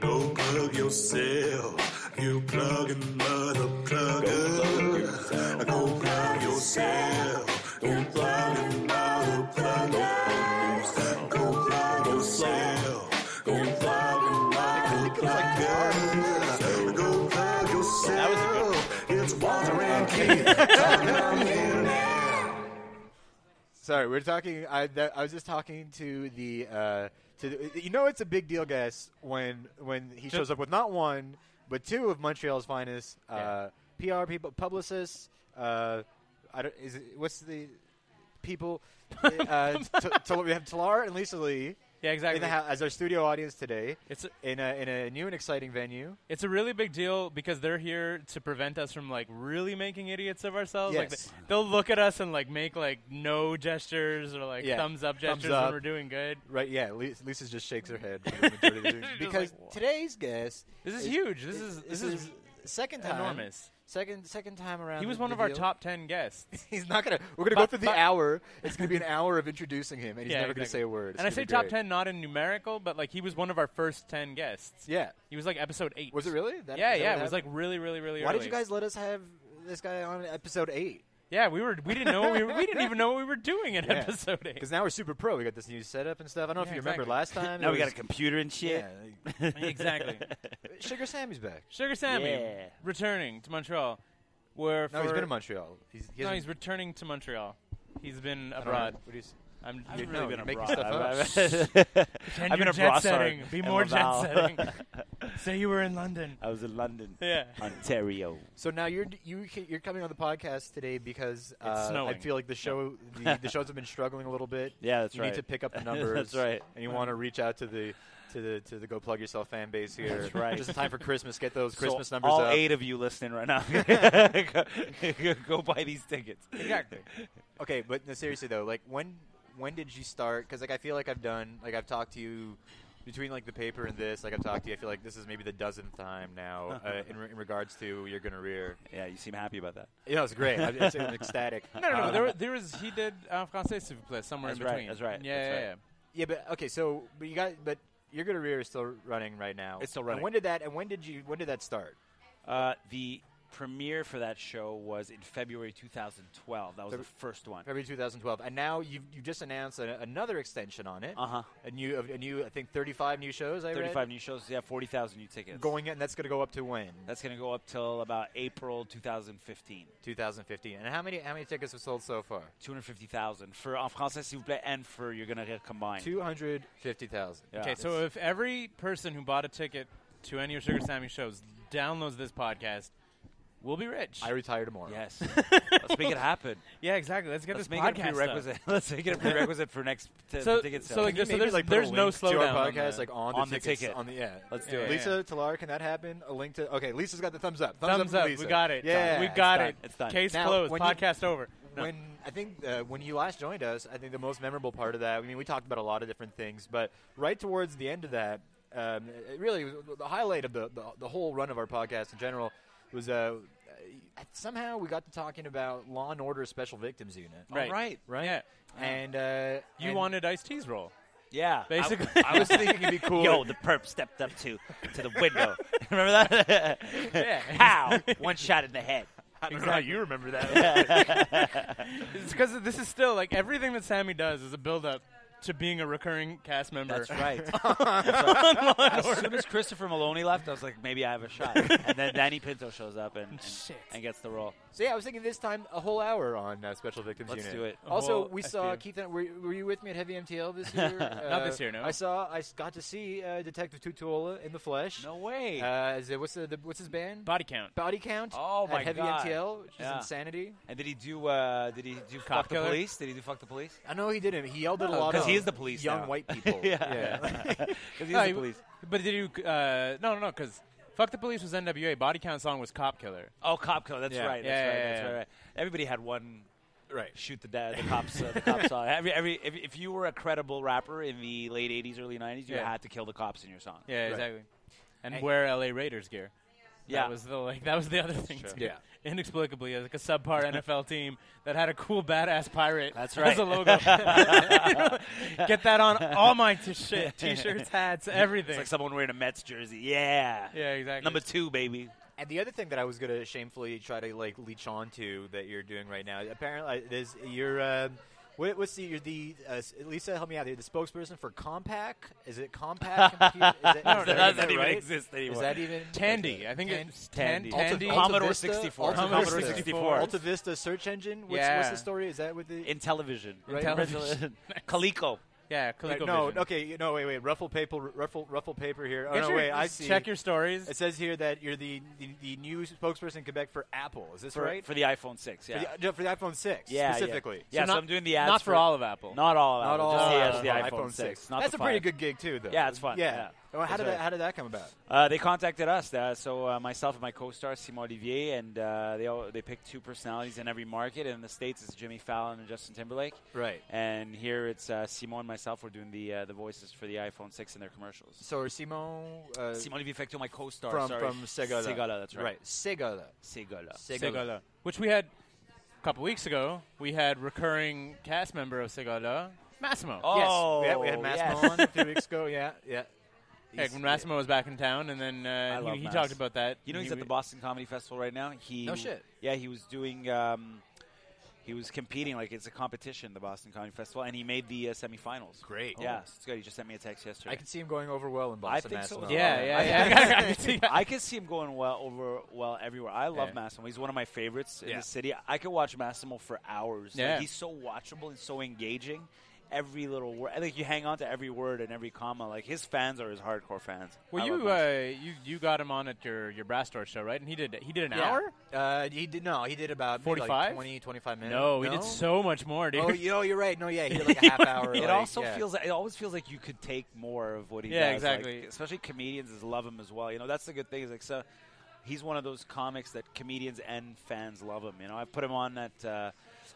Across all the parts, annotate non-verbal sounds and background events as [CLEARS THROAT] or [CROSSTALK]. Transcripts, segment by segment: Go plug yourself, you plugging mother plugger. Go plug yourself, you plugging mother plugger. Go plug yourself, you plugging mother plugger. Go plug yourself, it's Walter and Keith talking on the internet. Sorry, we're talking. I, that, I was just talking to the uh, to the, you know it's a big deal, guess when when he shows up with not one but two of Montreal's finest uh, PR people, publicists. Uh, I don't, is it, what's the [LAUGHS] people? uh, t- t- we have Talar and Lisa Lee. Yeah, exactly. In the, hou- as our studio audience today, It's a- in a in a new and exciting venue. It's a really big deal because they're here to prevent us from like really making idiots of ourselves. Like Yes. they, they'll look at us and like make like no gestures or like Yeah. thumbs up Thumbs gestures up. when we're doing good. Right? Yeah. Lisa, Lisa just shakes her [LAUGHS] head for the majority of the- Just because like, today's guest. This is huge. This is- this is second time enormous. Second second time around. He was the- one the of our deal. top ten guests. [LAUGHS] He's not gonna. We're gonna go But- through the but- hour. It's gonna be an hour of introducing him, and he's [LAUGHS] Yeah, never gonna exactly. say a word. It's And I gonna say be top great. ten not in numerical, but like he was one of our first ten guests. Yeah. He was like episode eight. Was it really? That- yeah, that yeah. what It was like happened? really, really, really Why early. did you guys let us have this guy on episode eight? Yeah, we were we didn't know what we were, we [LAUGHS] didn't even know what we were doing in episode eight. Because now we're super pro. We got this new setup and stuff. I don't know if Yeah, you remember exactly. last [LAUGHS] time. Now it we got a was- computer and shit. [LAUGHS] Yeah. [LAUGHS] exactly. Sugar Sammy's [LAUGHS] back. Sugar Sammy Yeah. returning to Montreal. Where No, he's for- been in Montreal. He's, he No, hasn't- he's returning to Montreal. He's been I don't know. abroad. What do you s- I'm I've no, really you're [LAUGHS] been making abroad. stuff up. [LAUGHS] Can I've you been jet abroad. setting? Be in more jet Laval. setting. Say you were in London. [LAUGHS] I was in London, [LAUGHS] Yeah. Ontario. So now you're you ca- you're coming on the podcast today because uh, I snowing. feel like the show the, the shows have been struggling a little [LAUGHS] bit. Yeah, that's you right. need to pick [LAUGHS] up the numbers. That's right. And you want to reach out to the to the to the go plug yourself fan base here. That's right. Just in time for Christmas, get those So Christmas numbers all up. eight of you listening right [LAUGHS] now, [LAUGHS] go, go buy these tickets. Exactly. Okay, but no, seriously though, like when when did you start? Because like I feel like I've done like I've talked to you between like the paper and this. Like I've talked to you. I feel like this is maybe the dozenth time [LAUGHS] now uh, in, re- in regards to your gonorrhea. Yeah, you seem happy about that. Yeah, it's great. I'm, it's, I'm [LAUGHS] ecstatic. No, no, no. Um, There, there was he did uh, Francais s'il vous plaît somewhere That's in right, between. that's right, Yeah, that's yeah, right. Yeah, but okay, so but you got but your good career is still running right now. It's still And running. when did that? And when did you? When did that start? Uh, the premiere for that show was in February 2012. That was the first one. February 2012. And now you've you just announced a, another extension on it. Uh-huh. A new a, new I think 35 new shows. I read? 35 new shows. Yeah, 40,000 new tickets. going in, and that's going to go up to when That's going to go up till about April 2015. 2015. And how many how many tickets have sold so far? 250,000 for En Français, s'il vous plaît, and for You're Gonna Rire combined. 250,000. Yeah. Okay, so if every person who bought a ticket to any of Sugar Sammy shows downloads this podcast, we'll be rich. [LAUGHS] I retire tomorrow. Yes. Let's make it happen. yeah, exactly. Let's get Let's this make it a podcast. prerequisite. [LAUGHS] Let's make it a prerequisite for next t- So- ticket so, sale. like, Can you So maybe, there's- like, put a there's no link to slowdown our on podcast, the- like on the on the tickets, ticket. on the yeah. Let's do Yeah, it. yeah, Lisa Talar, can that happen? A link to okay. Lisa's got the thumbs up. Thumbs, Thumbs to up. Lisa. We got it. Yeah, we got it's it. done. It's done. Case Now, closed. when you- Podcast over. When I think uh, when you last joined us, I think the most memorable part of that. I mean, we talked about a lot of different things, but right towards the end of that, um, it really was the highlight of the, the the whole run of our podcast in general was uh, uh, somehow we got to talking about Law and Order Special Victims Unit, Right. right, right? Yeah. And uh, You and wanted Ice T's role. Yeah. Basically- I, I was thinking it'd [LAUGHS] be cool. [LAUGHS] Yo, the perp stepped up to to the window. [LAUGHS] Remember that? [LAUGHS] Yeah. How? One shot in [LAUGHS] the head. I don't know how you remember [LAUGHS] that. It's because this is still like everything that Sammy does is a build up to being a recurring cast member. That's right. So, as soon as Christopher Maloney left, I was like, maybe I have a shot. And then Danny Pinto shows up and and, and gets the role. so yeah, I was thinking this time a whole hour on uh, Special Victims Let's Unit. do it. A Also, whole we saw SVU. Keith. and- Were, were you with me at Heavy MTL this [LAUGHS] year? Uh, Not this year, no. I saw. I s- got to see uh, Detective Tutuola in the flesh. No way. Uh, is it, what's the, the what's his band? Body count. Body Count. Oh, at my Heavy God. MTL, which is Yeah. insanity. and did he do? Uh, did he do? Cop fuck the killer? police? Did he do? Fuck the police? I know he didn't. He yelled at a No, lot 'cause of he is the police young now. [LAUGHS] white people. yeah. 'Cause he's No, the he- police. But did you? Uh, no, no, no. Because Fuck the Police was NWA. Body Count song was Cop Killer. Oh, Cop Killer. That's Yeah. right. That's Yeah, right. yeah, that's yeah. right, right. Everybody had one Right. shoot the dad, the cops, uh, the cops song. Every, every, if, if you were a credible rapper in the late '80s, early '90s, you Yeah. had to kill the cops in your song. Yeah, exactly. And wear LA Raiders gear. Yeah. That was the like that was the other thing too. Yeah. Inexplicably, as like a subpar NFL team that had a cool badass pirate That's as right. a logo. Get that on all my t- shit, t-shirts, hats, everything. It's like someone wearing a Mets jersey. Yeah. yeah, exactly. Number two, [LAUGHS] baby. And the other thing that I was gonna shamefully try to like leech on to that you're doing right now, apparently, is you're um, what, what's the you're the uh, s- Lisa? Help me out here. The spokesperson for Compaq. Is it [LAUGHS] Compaq? Computer? Is that, That is that doesn't right? even exist anymore. Is that even Tandy. I think Tan- it's Tandy. Alta- Tandy. Alta Commodore Uh, Vista? 64. Alta Commodore Vista. 64. Alta Vista search engine. What's, what's Yeah. the story? Is that with the in television. Right. Original- Coleco. yeah, Right, ColecoVision. no, okay, no, wait, wait. Ruffle paper, ruffle, ruffle paper here. Oh Get no, your- wait, I just see. Check your stories. It says here that you're the, the the new spokesperson in Quebec for Apple. Is this For, right? for the iPhone 6, For yeah. the, no, for the iPhone six yeah, yeah. specifically. Yeah, so, not- I'm doing the ads. Not for all of Apple. Not all of Not Apple, all uh, just the ads Apple, for the iPhone, 6. Not That's the a pretty five. good gig too, though. Yeah, it's fun, Yeah. yeah. Well, how That's did right. that, how did that come about? Uh, they contacted us, uh, so uh, myself and my co-star Simon Olivier, and uh, they all, they picked two personalities in every market. In the states, it's Jimmy Fallon and Justin Timberlake, Right. and here it's uh, Simon and myself. We're doing the uh, the voices for the iPhone 6 in their commercials. So Simon, uh, Simon Olivier Fecto, my co-star, from sorry. from Segala. Segala, that's right. Right, Segala. Segala. Segala. Which we had a couple weeks ago. We had recurring cast member of Segala, Massimo. yes, Oh, we had, we had Massimo yes. on a few weeks ago. Yeah, [LAUGHS] yeah. Heck, when Massimo was back in town, and then I uh, love he, he Mass. talked about that. You know He he's at the w- Boston Comedy Festival right now. He No shit. Yeah, he was doing. Um, he was competing like it's a competition, the Boston Comedy Festival, and he made the uh, semifinals. Great. Yeah, Oh. so it's good. He just sent me a text yesterday. I can see him going over well in Boston. think so. Massimo. [LAUGHS] Yeah, yeah, I- [LAUGHS] yeah. I can see that. I can see him going well over well everywhere. I love Yeah. Massimo. He's one of my favorites in Yeah. the city. I could watch Massimo for hours. Like, Yeah. he's so watchable and so engaging. Every little word, like you hang on to every word and every comma. Like his fans are his hardcore fans. Well, I love you Massimo. uh, you you got him on at your your Brass Door show, right? And he did he did an Yeah. hour. Uh, he did no. He did about maybe, 45? like 20, 25 minutes. No, he did so much more, [LAUGHS] dude. Oh, you know, you're right. No, yeah, he did like [LAUGHS] a half hour. It like, also yeah. feels it always feels like you could take more of what he Yeah, does. like, exactly. especially comedians is love him as well. You know, that's the good thing. Is like so, he's one of those comics that comedians and fans love him. You know, I put him on that. Uh,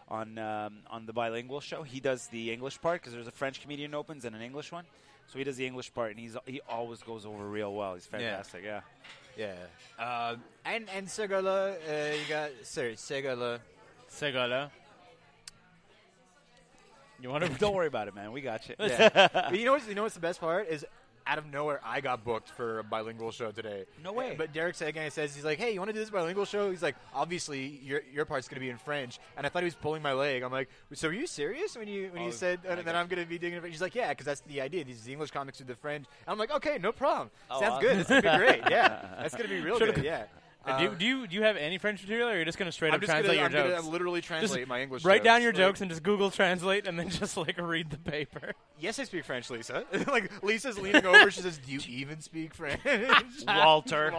on um, on the bilingual show, he does the English part because there's a French comedian opens and an English one, so he does the English part and he's he always goes over real well. He's fantastic, yeah. [LAUGHS] Yeah. Uh, and and Segala, uh, you got sorry, Segala. Segala. You [LAUGHS] want to? Don't worry about it, man. We got you. [LAUGHS] Yeah. But you know what's you know what's the best part is out of nowhere I got booked for a bilingual show today. No way. But Derek Sagan says he's like, "Hey, you want to do this bilingual show?" He's like, "Obviously, your your part's going to be in French." And I thought he was pulling my leg. I'm like, "So are you serious when you when Oh, you said I and got then I'm going to be doing it?" in French?" He's like, "Yeah, because that's the idea. These English comics do the French." And I'm like, "Okay, no problem. Oh, Sounds awesome. good. It's going to be [LAUGHS] great. Yeah, that's going to be real Should've good. co- Yeah." Uh, do, Um, do you do you have any French material, or you're just gonna straight I'm up just gonna, translate I'm your gonna jokes? literally translate just my English. Write down jokes. your Like, jokes and just Google translate, and then [LAUGHS] just like read the paper. Yes, I speak French, Lisa. [LAUGHS] like Lisa's leaning over, she says, "Do you even speak French?" [LAUGHS] Walter.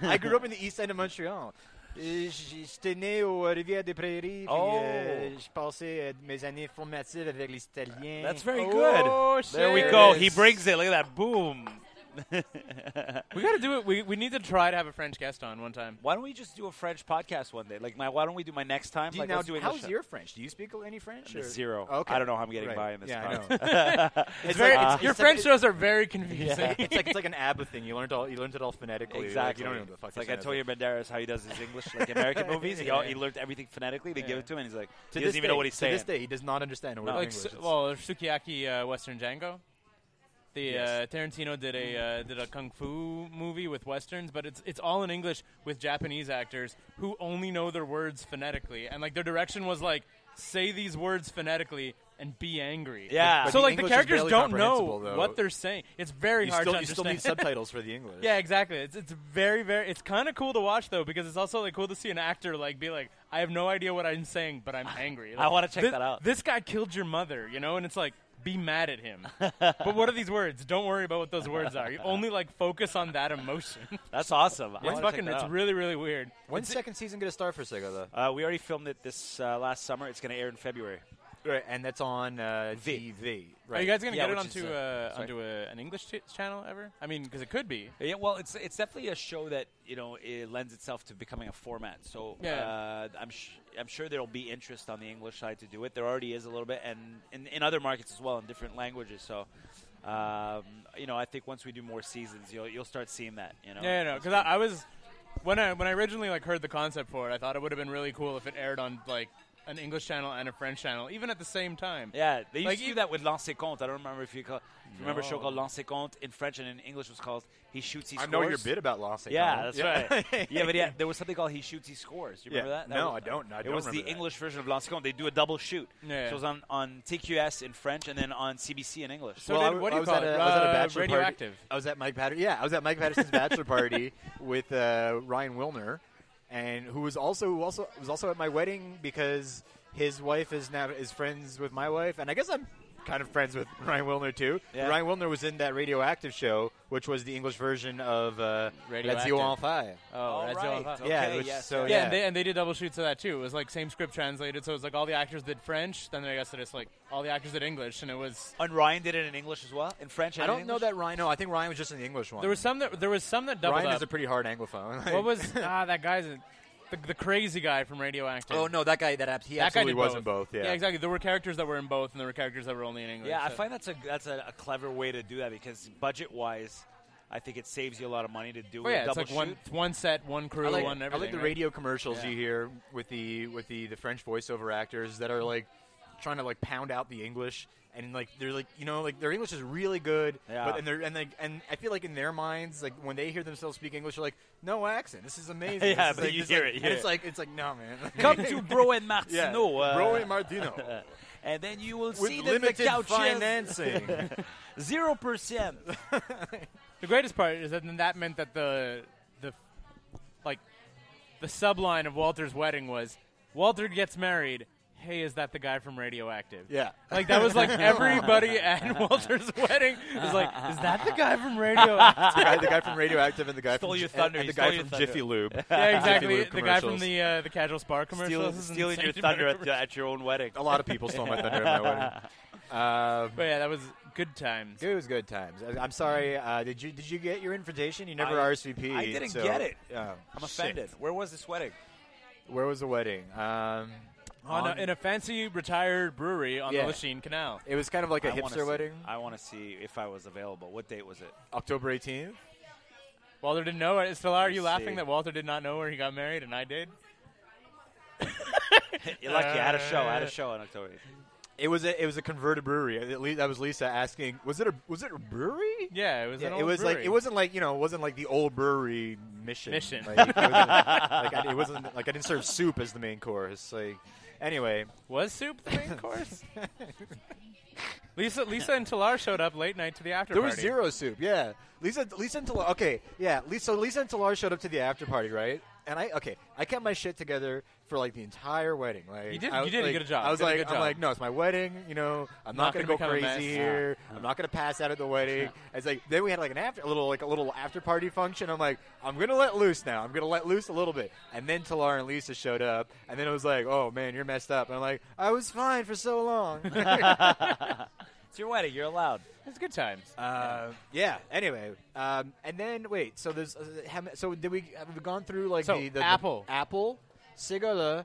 I grew up in the east end of Montreal. Euh, j- J'étais né au euh, Rivière des Prairies. puis, Oh. euh, je passais euh, mes années formatives avec les Italiens. That's very good. Oh, there we shit. go. He brings it. Look at that. Boom. [LAUGHS] We gotta do it. We, we need to try to have a French guest on one time. Why don't we just do a French podcast one day? Like, my, why don't we do my next time? Do you like, now, let's do English how's your French? Do you speak any French? I'm or- at zero. Okay. I don't know how I'm getting Right. by in this. Yeah, I podcast. [LAUGHS] know. It's like- very, it's- it's- it's your like- French shows are very confusing. [LAUGHS] it's like it's like an ABBA thing. You learned all you learned it all phonetically. Like, exactly. you don't know the fuck it's like you said it. Antonio Banderas, how he does his English, like [LAUGHS] American movies. He, all, he learned everything phonetically. They give Yeah. it to him, and he's like, To he doesn't this even day- know what he's to saying. this day, he does not understand a word No. of like English. su- It's- well, Sukiyaki uh, Western Django. The uh, Yes. Tarantino did a uh, did a kung fu movie with westerns, but it's it's all in English with Japanese actors who only know their words phonetically, and like their direction was like say these words phonetically and be angry. so Yeah. But the like the English is characters barely don't know comprehensible, though. what they're saying. It's very you hard still, to you still understand. [LAUGHS] need subtitles for the English. Yeah, exactly. It's it's very very. It's kind of cool to watch though because it's also like cool to see an actor like be like, I have no idea what I'm saying, [LAUGHS] but I'm angry. I Like, wanna check "This- that out." This guy killed your mother, you know, and it's like. Be mad at [LAUGHS] him, but what are these words? Don't worry about what those words are. You only like focus on that emotion. That's awesome. [LAUGHS] I wanna it's check fucking. that It's out. really really weird. When's second season going to start for Sega though? Uh, we already filmed it this uh, last summer. It's going to air in February. Right, and that's on uh, V. TV. Are Right. you guys gonna Yeah, get it which is, onto uh, uh, sorry. onto a, an English ch- channel ever? I mean, because it could be. Yeah, well, it's it's definitely a show that you know it lends itself to becoming a format. So Yeah. uh, I'm sh- I'm sure there'll be interest on the English side to do it. There already is a little bit, and in, in other markets as well, in different languages. So um, you know, I think once we do more seasons, you'll you'll start seeing that. You know, Yeah, no, because I, I was when I when I originally like heard the concept for it, I thought it would have been really cool if it aired on like an English channel and a French channel, even at the same time. Yeah, they used Like to you- do that with Lancez Compte. I don't remember if you, call, if you remember a show No. called Lancez Compte in French and in English was called He Shoots He I Scores. know your bit about Los Yeah, that's right. [LAUGHS] yeah, but yeah, there was something called He Shoots, He Scores. You Yeah. remember that? That No, was- I don't- I it don't was the remember that. English version of Lancicon. They do a double shoot. Yeah. So it was on, on TQS in French and then on CBC in English. So well, did- I, what do I you was call at it? A, I was at Uh, a bachelor radioactive. Party. I was at Mike Patterson. Yeah, I was at Mike Patterson's bachelor party [LAUGHS] with uh, Ryan Wilner, and who was also who also was also at my wedding because his wife is now is friends with my wife, and I guess I'm kind of friends with [LAUGHS] Ryan Wilner too. Yeah. Ryan Wilner was in that radioactive show, which was the English version of uh, Radioactive. on Fire. Oh, that's right. all. Okay, Yeah, it was- yes, so, Yeah, yeah. and they, and they did double shoots of that too. It was like same script translated, so it was like all the actors did French, then I guess it is like all the actors did English, and it was And Ryan did it in English as well, in French. And I in don't know English? that Ryan. No, I think Ryan was just in the English one. there was some that there was some that doubled Ryan up. is a pretty hard anglophone. what was ah that guy's a, the, the crazy guy from [LAUGHS] Radioactive? Oh no, that guy. That abs- he that guy absolutely did was in both. Yeah, exactly. There were characters that were in both, and there were characters that were only in English. Yeah, I so- find that's a that's a, a clever way to do that because budget wise, I think it saves you a lot of money to do Oh, a yeah, it's double like one shoot. one set, one crew, I like, one I everything. like the right? radio commercials Yeah. you hear with the with the, the French voiceover actors that are like trying to like pound out the English and like they're like you know like their English is really good Yeah. but and they're and like and I feel like in their minds like when they hear themselves speak English they're like no accent this is amazing [LAUGHS] Yeah, This is but like- you this hear like- it, you and hear it's it. like it's like no man Come to Bro and [LAUGHS] Martino, yeah uh, Bro and Martino [LAUGHS] and then you will with see that the limited couch is financing [LAUGHS] zero percent. The greatest part is that then that meant that the the like the subline of Walter's wedding was Walter gets married. Hey, is that the guy from Radioactive? yeah Like that was [LAUGHS] like everybody at [LAUGHS] Walter's wedding was like, is that the guy from [LAUGHS] Radioactive? the guy, the guy from Radioactive and the guy Stole from your Ji- and- thunder, and he the guy stole your from thunder. Jiffy Lube [LAUGHS] yeah, Jiffy exactly. Lube The guy from commercials. the uh, the Casual Spar commercials, is stealing insane. your thunder at, [LAUGHS] at your own wedding. a lot of people stole my thunder at my [LAUGHS] wedding. Um, But yeah, that was good times. It was good times. I- I'm sorry. Uh, did you did you get your invitation? You never I- RSVP. I didn't get it. Yeah. I'm offended. Where was this wedding? Where was the wedding? Um, On a, on- in a fancy retired brewery on Yeah. the Lachine Canal. it was kind of like a I wanna hipster see- wedding. I want to see if I was available. What date was it? [LAUGHS] October 18th. Walter didn't know it. Still, are you Let's see. laughing that Walter did not know where he got married and I did? You're lucky. I had a show. I had a show on October. 8th. It was a it was a converted brewery. At least that was Lisa asking. Was it a was it a brewery? Yeah, it was. an Yeah, old it was like brewery. it wasn't like you know it wasn't like the old brewery mission. Mission. Like, it, wasn't, like, [LAUGHS] I, it wasn't like I didn't serve soup as the main course. Like anyway, Was soup the main [LAUGHS] course? Lisa, Lisa and Talar showed up late night to the after There party. was zero soup. Yeah, Lisa, Lisa and Talar. Okay, yeah. Lisa, so Lisa and Talar showed up to the after party, right? And I okay, I kept my shit together for like the entire wedding. Like You did- I you was, did a like- good job. I was You did a like, good I'm job. like, no, it's my wedding. You know, I'm not, Not gonna, go gonna become a crazy mess. here. I'm not gonna pass out at the wedding. It's like then we had like an after, a little like a little after party function. I'm like, I'm gonna let loose now. I'm gonna let loose a little bit. And then Talar and Lisa showed up, and then it was like, oh man, you're messed up. And I'm like, I was fine for so [LAUGHS] long. [LAUGHS] It's your wedding. You're allowed. It was good times. Uh, yeah. Anyway, um, and then wait. So there's. Uh, how ma- so did we have we gone through like So, the, the Apple. the Apple, Cigarla,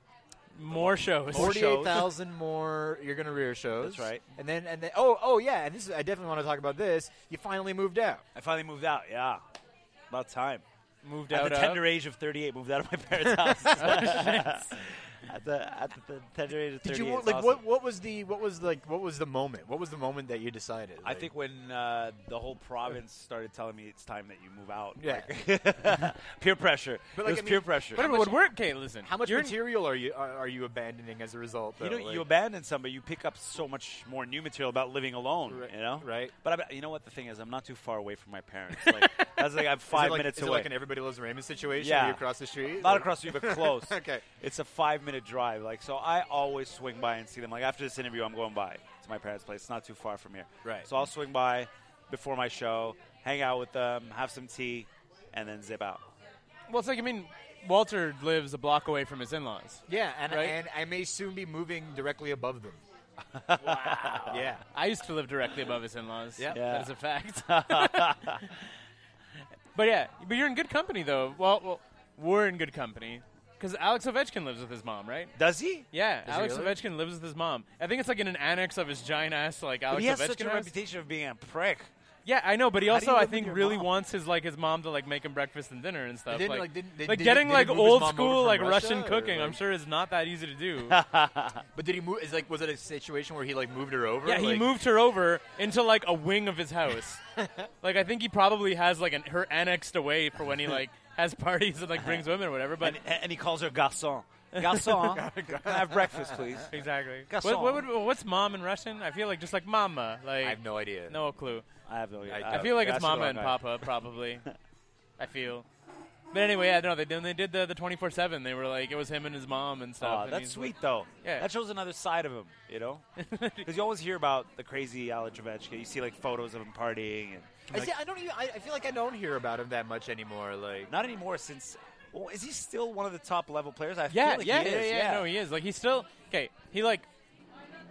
More shows. More forty-eight shows. thousand more. You're gonna rear shows. That's right. And then and then oh oh yeah. And this is, I definitely want to talk about this. You finally moved out. I finally moved out. Yeah, about time. Moved At out the of. tender age of 38, moved out of my [LAUGHS] parents' [LAUGHS] house. at the at the tender age of Did 38. you it's want like awesome. what what was the what was like what was the moment? What was the moment that you decided? I Like, think when uh, the whole province started telling me it's time that you move out. Yeah. like- [LAUGHS] peer pressure. But, it like, was I mean- peer pressure. But it would work. Okay, listen. How much You're in- material are you are, are you abandoning as a result? Though? you know, Like- you abandon some, but you pick up so much more new material about living alone. Right- You know, right. But I, you know what? The thing is, I'm not too far away from my parents. [LAUGHS] Like, that's like I'm is five it like, minutes is it away. like an everybody loves Raymond situation? Yeah. Are you across the street? not Like- across the street, but close. [LAUGHS] Okay. It's a five minute drive. Like so I always swing by and see them. Like after this interview I'm going by to my parents' place. It's not too far from here. Right. So I'll swing by before my show, hang out with them, have some tea, and then zip out. Well, it's like I mean, Walter lives a block away from his in-laws. Yeah, and, [LAUGHS] Right? and I may soon be moving directly above them. Yeah. I used to live directly above his in-laws. Yeah. Yeah. that is a fact. [LAUGHS] [LAUGHS] but yeah, but you're in good company though. Well, well we're in good company because Alex Ovechkin lives with his mom, right? Does he? Yeah, he Alex really? Ovechkin lives with his mom. I think it's like in an annex of his giant ass, like Alex But he has Ovechkin. such a house. reputation of being a prick. Yeah, I know, but he How do you also I live with think your really mom? wants his like his mom to like make him breakfast and dinner and stuff. didn't, like like, didn't- they- like did- getting did he like move his old mom over school from like Russia, Russian or, cooking. I'm like- sure is not that easy [LAUGHS] to do. But did he move? Is like was it a situation where he like moved her over? yeah, he Like- moved her over into like a wing of [LAUGHS] his house. like I think he probably has like an, her annexed away for when he like has parties and like brings women or whatever. But And, and he calls her garçon. [LAUGHS] Garçon, can I have breakfast, please? exactly. Got What, what some. would, what's mom in Russian? I feel like just like mama. Like I have no idea. no clue. I have no idea. I I feel like it's that's the Mama wrong and guy. Papa, [LAUGHS] probably. I feel. But anyway, yeah, no, they did, they did the the twenty four seven. They were like, it was him and his mom and stuff. Aw, and that's he's sweet though. Yeah. That shows another side of him, [LAUGHS] you know. Because you always hear about the crazy Alex Ovechkin. You see like photos of him partying, and I, see, I don't even. I, I feel like I don't hear about him that much anymore. Like not anymore since. Well, is he still one of the top level players? I Yeah, feel like yeah, he yeah, is. yeah, No, he is. Like he's still okay. He like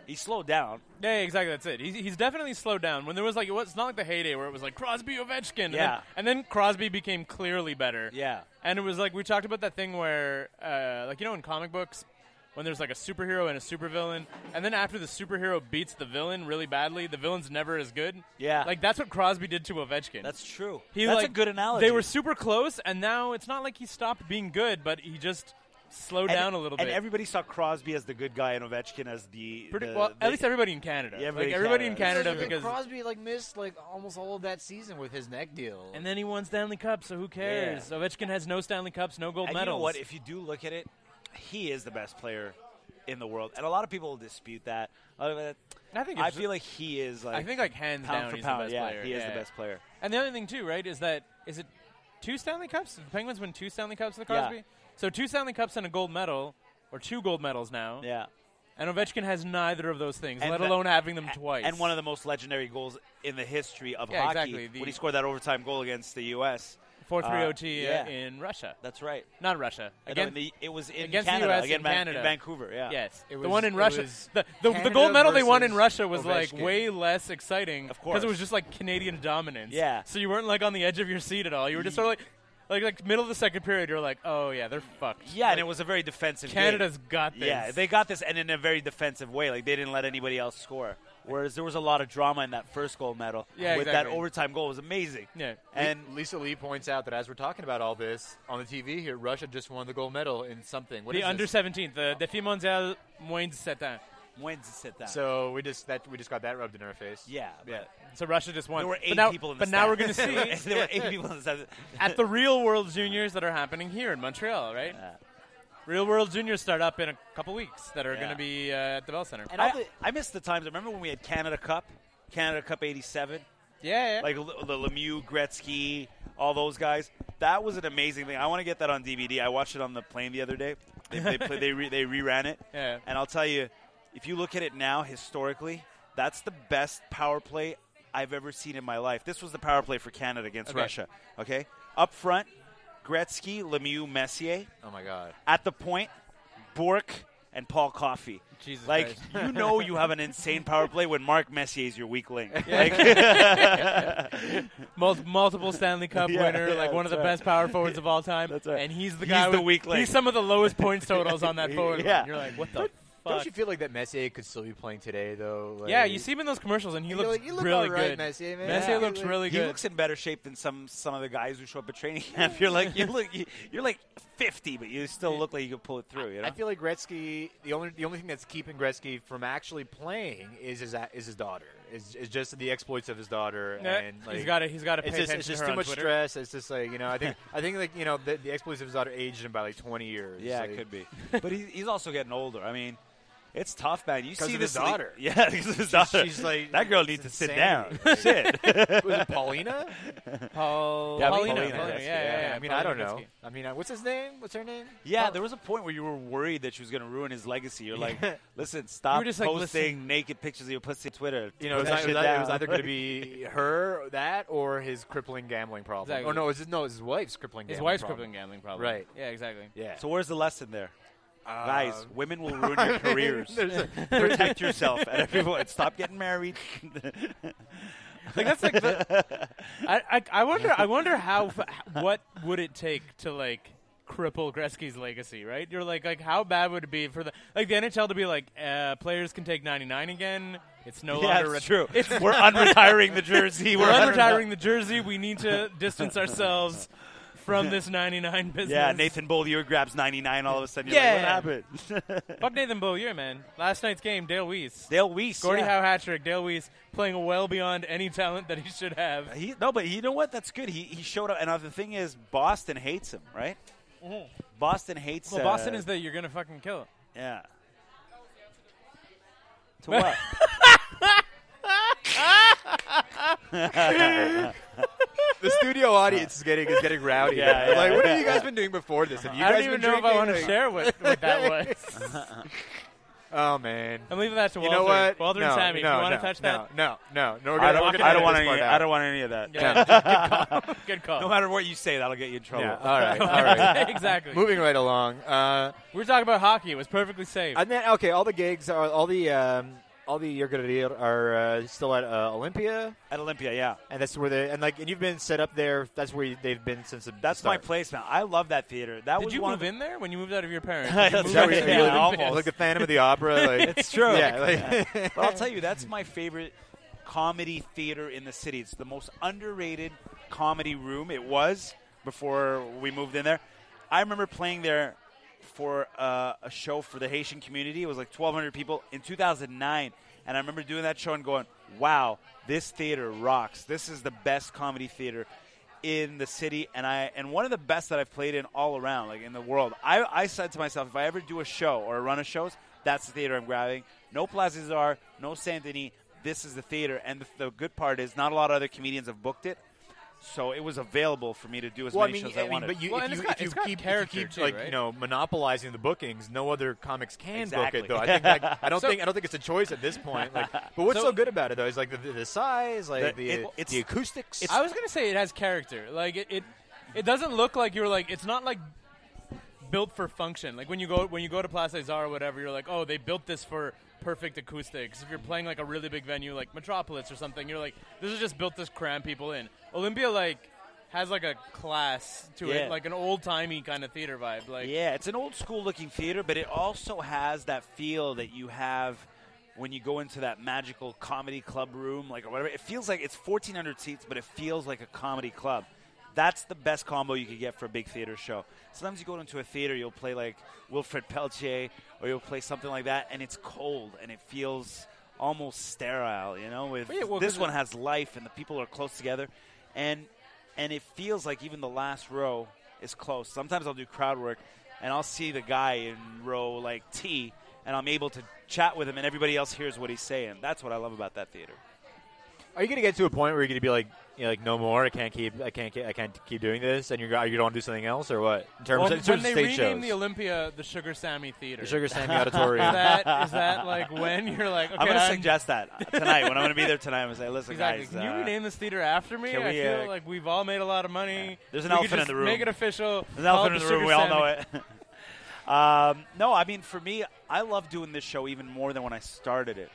he slowed down. yeah, yeah, exactly. That's it. He's, he's definitely slowed down. When there was like it was it's not like the heyday where it was like Crosby Ovechkin. and then- Yeah. and then Crosby became clearly better. Yeah, And it was like we talked about that thing where, uh, like you know, in comic books, when there's like a superhero and a supervillain, and then after the superhero beats the villain really badly, the villain's never as good. Yeah. like that's what Crosby did to Ovechkin. that's true. he that's like a good analogy. They were super close, and now it's not like he stopped being good, but he just slowed and, down a little and bit. everybody saw Crosby as the good guy and Ovechkin as the. Pretty- the- well, the- at least everybody in Canada. Yeah, everybody like in everybody Canada. in Canada because. Crosby like missed like almost all of that season with his neck deal. and then he won Stanley Cups, so who cares? Ovechkin has no Stanley Cups, no gold And you medals. know what? If you do look at it, he is the best player in the world, and a lot of people will dispute that. I I think I it's- feel like he is like. I think like hands pound down, for he's pound. the best yeah, player. he is the Yeah. best player. And the other thing too, right, is that is it two Stanley Cups? Did the Penguins win two Stanley Cups with Yeah. Crosby. So two Stanley Cups and a gold medal, or two gold medals now. Yeah. And Ovechkin has neither of those things, And let the- alone having them twice. And one of the most legendary goals in the history of Yeah, hockey exactly, the- when he scored that overtime goal against the U.S. four three uh, OT uh, yeah. in Russia, That's right. not Russia Again, again. it was in against the Canada. US again, in Van- Canada. Vancouver. Yeah. Yes, It the was- one in it Russia. was The, the, the Canada gold medal they won in versus Russia was like Ovechkin. way less exciting, Of because course. it was just like Canadian dominance. Yeah. so you weren't like on the edge of your seat at all. You were just sort of like, like, like middle of the second period. You're like, oh yeah, they're fucked. Yeah, and Like, it was a very defensive. game. Canada's got this. Yeah, they got this, and in a very defensive way. Like they didn't let anybody else score. Whereas there was a lot of drama in that first gold medal. Yeah, with exactly. that overtime goal, it was amazing. Yeah. and Lisa Lee points out that as we're talking about all this on the TV here, Russia just won the gold medal in something. What the is under this? 17, the Défi Mondial moins de 7 ans. when's it set that? So we just that we just got that rubbed in our face. yeah, but So Russia just won. there were eight but now, people in the But now we're going [LAUGHS] stands. to see there were [LAUGHS] eight people in the stands. at the real world juniors that are happening here in Montreal, right? [LAUGHS] Yeah. Real world juniors start up in a couple weeks that are Yeah. going to be uh, at the Bell Center. I, I miss the times. Remember when we had Canada Cup, Canada Cup '87, yeah, yeah. like L- the Lemieux, Gretzky, all those guys. That was an amazing thing. I want to get that on DVD. I watched it on the plane the other day. They they, play, they, re, they reran it, [LAUGHS] Yeah. and I'll tell you, if you look at it now historically, that's the best power play I've ever seen in my life. This was the power play for Canada against Okay. Russia. Okay, up front, Gretzky, Lemieux, Messier Oh my God. at the point, Bork and Paul Coffey. Jesus like Christ. you know you have an insane power play when Mark Messier is your [LAUGHS] weak link. [LAUGHS] Mul- multiple Stanley Cup Yeah, winner, yeah, like one of the that's right. best power forwards [LAUGHS] of all time. That's right. And he's the He's guy the with- weak link. He's some of the lowest [LAUGHS] points totals on that forward. Yeah. line. You're like, what the Don't fuck? you feel like that Messier could still be playing today though? Like, yeah, you see him in those commercials, and he You looks look- you look really all right, good. Messier, man. Messier Yeah. looks He really he good. looks in better shape than some some of the guys who show up at training camp. [LAUGHS] You're like you look you- you're like 50, but you still look like you could pull it through. You know. I feel like Gretzky. The only the only thing that's keeping Gretzky from actually playing is his a- is his daughter. Is, is just the exploits of his daughter. Yeah, And like, he's got to. He's got to pay It's just, attention it's just to her too on much Twitter. stress. It's just like you know. I [LAUGHS] think I think like you know the, the exploits of his daughter aged him by like twenty years. yeah, like, it could be. But he's, he's also getting older. I mean, it's tough, man. You 'Cause see of this his daughter. league- yeah, [LAUGHS] because of his daughter. she's like- that girl needs to it's sit down. [LAUGHS] insanity. [LAUGHS] Shit. Was it Paulina? Paul, Paulina, Yeah, Paulina, Paulina, yes, yeah, yeah, yeah. yeah, I mean, Paulina I don't know. Gretzky. I mean, uh, what's his name? What's her name? Yeah, there was a point where you were worried that she was going to ruin his legacy. You're like, [LAUGHS] listen, stop just like, posting listen. naked pictures of your pussy on Twitter. You know, it was, Put ei- it that was shit ei- it was down. either going to [LAUGHS] be [LAUGHS] her, or that, or his crippling gambling problem. Exactly. Or no, it's his, no, it's his wife's crippling. His gambling wife's problem. crippling gambling Uh, problem. [LAUGHS] Right. Yeah, exactly. Yeah. So where's the lesson there? Guys, Um, women [LAUGHS] will ruin your careers. [LAUGHS] [LAUGHS] Protect yourself at every point. Stop getting married. [LAUGHS] Like that's like the, [LAUGHS] I, I I wonder I wonder how [LAUGHS] f- what would it take to like cripple Gretzky's legacy, right? You're like like how bad would it be for the like the NHL to be like uh, players can take 99 again? It's no yeah, longer it's re- true. We're unretiring the jersey. We're [LAUGHS] We're unretiring the jersey. We need to distance ourselves from this 99 business. Yeah, Nathan Bollier grabs 99 all of a sudden. You're Yeah. like, what happened? [LAUGHS] Fuck Nathan Beaulieu, man. Last night's game, Dale Weiss. Dale Weiss. Gordie yeah. Howe hat trick. Dale Weiss playing well beyond any talent that he should have. He, no, but you know what? That's good. He, he showed up. And uh, the thing is, Boston hates him, right? Mm-hmm. Boston hates Well, uh, Boston is that you're gonna fucking kill him. [LAUGHS] Yeah. To [LAUGHS] what? the studio audience is getting is getting rowdy. Yeah, yeah, like, what have you guys been doing before this? Have you I guys don't even been know if I want to drinking? share what, what that [LAUGHS] was. Oh man, I'm leaving that to you Walter. know what? Walter no, and Sammy, no, if you want no, to touch no, [LAUGHS] that, no, no, no. We're gonna, I don't, we're gonna I edit don't want this any. e, part I out. don't want any of that. yeah, good call. [LAUGHS] No matter what you say, that'll get you in trouble. Uh, Yeah, all right, all right. exactly. Moving right along. Uh, We were talking about hockey. It was perfectly safe. And then okay, all the gigs are all the um, all the you're gonna do are uh, still at uh, Olympia, At Olympia, yeah. and that's where they and like and you've been set up there. That's where they've been since the That's my start. place now. I love that theater. That Did was you one move of in there when you moved out of your parents? [LAUGHS] That's Did you move Is that in where Yeah, you- there? you- yeah, almost. like the Phantom of the [LAUGHS] Opera? Like, It's true. [LAUGHS] Yeah, like, But I'll tell you, that's my favorite comedy theater in the city. It's the most underrated comedy room. It was before we moved in there. I remember playing there for uh, a show for the Haitian community. It was like 1,200 people in 2009. And I remember doing that show and going, wow, this theater rocks. This is the best comedy theater in the city and I and one of the best that I've played in all around, like in the world. I, I said to myself, if I ever do a show or a run of shows, that's the theater I'm grabbing. No Plaza Czar, no Saint Denis. This is the theater, and the, the good part is not a lot of other comedians have booked it, so it was available for me to do [LAUGHS] as well, I many mean, shows I I mean, wanted. but you, Well, if and you, it's got- if you it's got keep, if character you keep too, like right? you know monopolizing the bookings, no other comics can book Exactly. it though. I think like, [LAUGHS] I don't think I don't think it's a choice at this point. [LAUGHS] Like, but what's so, So- good about it though is like the, the, the size, like That the it- it's- the acoustics. I was gonna say it has character. Like it, it, it doesn't look like you're like. It's not like built for function. Like when you go when you go to Plaza Czar or whatever, you're like, oh, they built this for perfect acoustics. If you're playing like a really big venue like Metropolis or something, you're like, this is just built to cram people in. Olympia like has like a class to Yeah. it, like an old timey kind of theater vibe. Like Yeah, it's an old school looking theater, but it also has that feel that you have when you go into that magical comedy club room, like or whatever. It feels like it's 1,400 seats, but it feels like a comedy club. That's the best combo you could get for a big theater show. Sometimes you go into a theater, you'll play like Wilfred Peltier, or you'll play something like that, and it's cold and it feels almost sterile, you know. With Yeah, well, this 'cause one has life, and the people are close together, and and it feels like even the last row is close. Sometimes I'll do crowd work, and I'll see the guy in row like T, and I'm able to chat with him, and everybody else hears what he's saying. That's what I love about that theater. Are you going to get to a point where you're going to be like, you know, like no more? I can't keep, I can't, keep, I can't keep doing this, and you're go- you don't do something else or what? In terms Well, of, in terms when they of stage rename shows, the Olympia the Sugar Sammy Theater. the Sugar [LAUGHS] Sammy [LAUGHS] is Auditorium. that is that like when you're like okay I'm going to I'm- suggest that tonight when I'm going to be there tonight. I'm going to say, listen, [LAUGHS] Exactly. guys, Can you uh, rename this theater after me? can I we, feel uh, like we've all made a lot of money. There's an We could elephant in just the room. Make it official. There's an elephant Call in the it room. We Sugar all know Sammy. it. [LAUGHS] um, no, I mean, for me, I love doing this show even more than when I started it.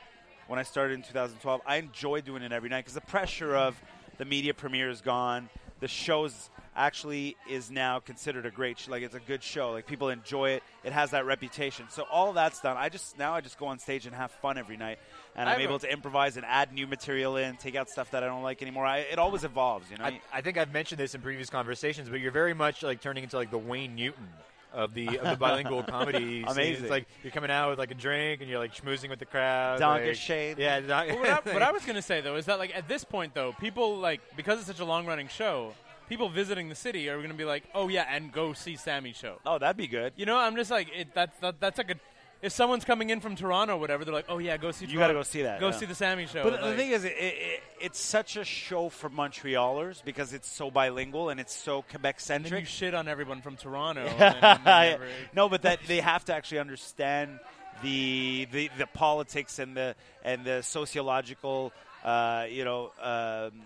When I started in 2012, I enjoy doing it every night because the pressure of the media premiere is gone. The show's actually is now considered a great, sh- like it's a good show. Like people enjoy it. It has that reputation. So all that's done. I just now I just go on stage and have fun every night, and I I'm have able a- to improvise and add new material in, take out stuff that I don't like anymore. I, it always evolves, you know. I, I think I've mentioned this in previous conversations, but you're very much like turning into like the Wayne Newton of the of the [LAUGHS] bilingual comedy. scene. Amazing. It's like you're coming out with like a drink and you're like schmoozing with the crowd. Donk is like- shade. Yeah. Donk- But what, I, what [LAUGHS] I was gonna say though is that like at this point though, people like because it's such a long running show, people visiting the city are gonna be like, oh yeah, and go see Sammy's show. oh, that'd be good. You know, I'm just like it, that's that, that's like a. If someone's coming in from Toronto or whatever, they're like, oh yeah, go see. You gotta Toronto. go see that, Go yeah. see the Sammy show. But the Like, thing is, it, it, it's such a show for Montrealers because it's so bilingual and it's so Quebec and then you centric. shit on everyone from [LAUGHS] Toronto. and then- and then whatever. no, but that they have to actually understand the the, the politics and the and the sociological, uh, you know, um,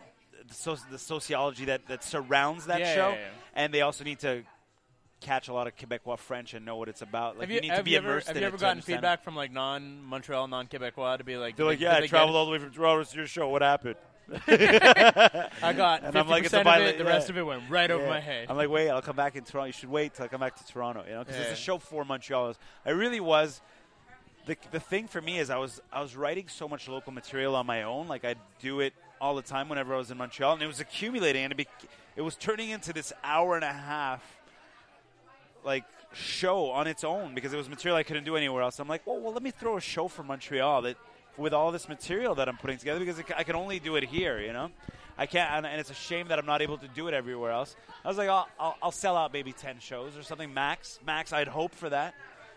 the, soci- the sociology that that surrounds that Yeah, show, yeah, yeah. and they also need to catch a lot of Quebecois French and know what it's about. Like have you, need have to be you ever, immersed have in you it ever to gotten understand it. feedback from like non-Montreal, non-Quebecois to be like, They're like, did yeah, they I get traveled it? all the way from Toronto to your show. What happened? I got And 50% I'm like, it's a of violet- it. The yeah. rest of it went right over Yeah. my head. I'm like, wait, I'll come back in Toronto. You should wait till I come back to Toronto, you know, because Yeah. it's a show for Montrealers. I really was. The, the thing for me is I was I was writing so much local material on my own. Like I'd do it all the time whenever I was in Montreal, and it was accumulating, and it, be, it was turning into this hour and a half like show on its own because it was material I couldn't do anywhere else. I'm like, "Oh, well, well let me throw a show for Montreal that with all this material that I'm putting together because it, ca- I can only do it here, you know. I can't, and, and it's a shame that I'm not able to do it everywhere else. I was like, I'll, I'll, I'll sell out maybe 10 shows or something max. Max, I'd hope for that.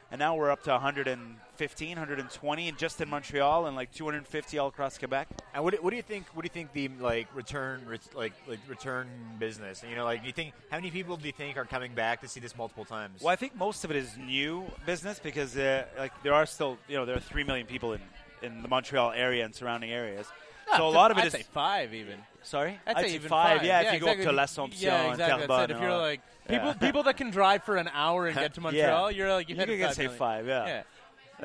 And now we're up to 115, 120 and just in Montreal and like 250 all across Quebec. [LAUGHS] And what, do- what do you think? What do you think the like return re- like like return business? You know, like do you think how many people do you think are coming back to see this multiple times? Well, I think most of it is new business because uh, like there are still you know there are three million people in in the Montreal area and surrounding areas. so a lot of it I'd is say Ah, five even. sorry. I'd, say, even five. Yeah, if you exactly. go up to La If Somption you- yeah, exactly. and Terrebonne, That's it. If you're all that. like Yeah. people, [LAUGHS] people that can drive for an hour and get to Montreal, you're like you've you hit could five say million. five. Yeah. [LAUGHS] Yeah.